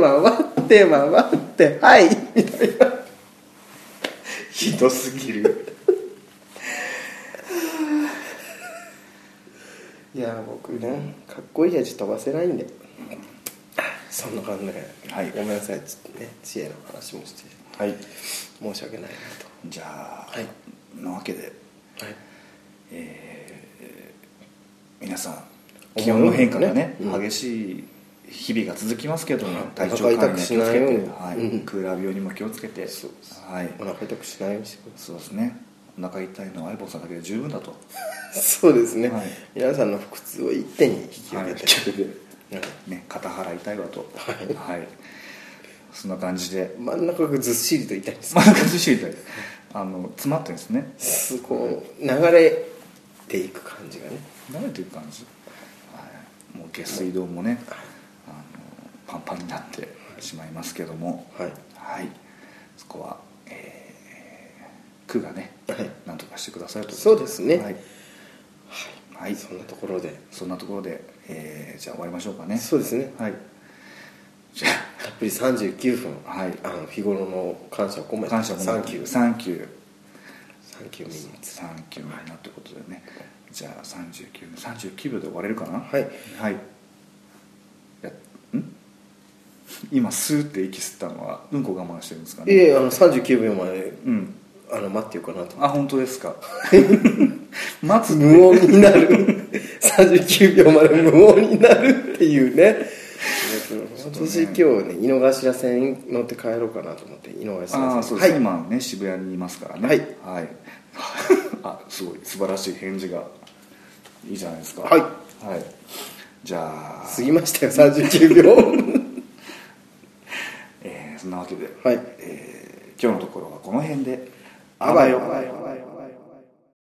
[SPEAKER 1] 回ってはいみたいな
[SPEAKER 2] ひどすぎる
[SPEAKER 1] いや僕ねかっこいいやつ飛ばせないんでそんな感じで、
[SPEAKER 2] はい
[SPEAKER 1] ごめんなさいちょっとね知恵の話もして
[SPEAKER 2] はい
[SPEAKER 1] 申し訳ないな
[SPEAKER 2] じゃあ、
[SPEAKER 1] はい
[SPEAKER 2] なわけで、
[SPEAKER 1] と、はい、
[SPEAKER 2] えー皆さん
[SPEAKER 1] 思い
[SPEAKER 2] 気温の変化がね、
[SPEAKER 1] うん
[SPEAKER 2] 激しい日々が続きますけども、
[SPEAKER 1] うん
[SPEAKER 2] 体調管理には気を
[SPEAKER 1] お
[SPEAKER 2] つけて
[SPEAKER 1] 腹痛くしないように
[SPEAKER 2] はい
[SPEAKER 1] うん
[SPEAKER 2] クーラー病にも気をつけて、
[SPEAKER 1] そうです
[SPEAKER 2] はい、
[SPEAKER 1] お腹痛くしないようにしてくだ
[SPEAKER 2] そうですねお腹痛いのは相棒さんだけで十分だと
[SPEAKER 1] さいそうですね、
[SPEAKER 2] はい
[SPEAKER 1] 皆さんの腹痛を一手に引き受
[SPEAKER 2] はい
[SPEAKER 1] けて、うん
[SPEAKER 2] ね、肩腹痛いわとはい、そんな感じで
[SPEAKER 1] 真ん中がずっしりと痛いんです
[SPEAKER 2] まあ感じしていただいてあの詰まってるんですね
[SPEAKER 1] すこう流れていく感じがね
[SPEAKER 2] 慣れてる感じ、はい、もう下水道もねあのパンパンになってしまいますけども
[SPEAKER 1] はい
[SPEAKER 2] はいそこは、えー、区がね、
[SPEAKER 1] はい
[SPEAKER 2] なんとかしてくださいと
[SPEAKER 1] そうですね
[SPEAKER 2] はい、
[SPEAKER 1] は
[SPEAKER 2] はいい
[SPEAKER 1] そんなところで
[SPEAKER 2] そんなところで、えーじゃあ終わりましょうかね
[SPEAKER 1] そうですね
[SPEAKER 2] はいじゃ
[SPEAKER 1] たっぷり39分、
[SPEAKER 2] あはい
[SPEAKER 1] あの日頃の感謝を込めて
[SPEAKER 2] 感謝
[SPEAKER 1] サンキュー
[SPEAKER 2] サンキュー
[SPEAKER 1] サンキューミニッツ
[SPEAKER 2] サンキューになってことでねじゃあ39 39秒で終われるかな
[SPEAKER 1] はい
[SPEAKER 2] はいやん今スーって息吸ったのはうんこ我慢してるんですか
[SPEAKER 1] い
[SPEAKER 2] ね
[SPEAKER 1] えいえあの39秒前
[SPEAKER 2] うん
[SPEAKER 1] あの待ってようかなと
[SPEAKER 2] あ本当ですか <laughs> 待つ
[SPEAKER 1] 無音になる <laughs> 39秒まで無音になるっていうね私今日ね井の頭線に乗って帰ろうかなと思って井の頭線
[SPEAKER 2] ああそうです、
[SPEAKER 1] は
[SPEAKER 2] ね
[SPEAKER 1] い
[SPEAKER 2] 今ね渋谷にいますからね
[SPEAKER 1] はい、
[SPEAKER 2] はい、 <laughs> あすごい素晴らしい返事がいいじゃないですか
[SPEAKER 1] はい
[SPEAKER 2] はい、じゃあ
[SPEAKER 1] 過ぎましたよ39秒
[SPEAKER 2] えーそんなわけで、
[SPEAKER 1] <laughs> はい
[SPEAKER 2] えー今日のところはこの辺で
[SPEAKER 1] あばよあばよ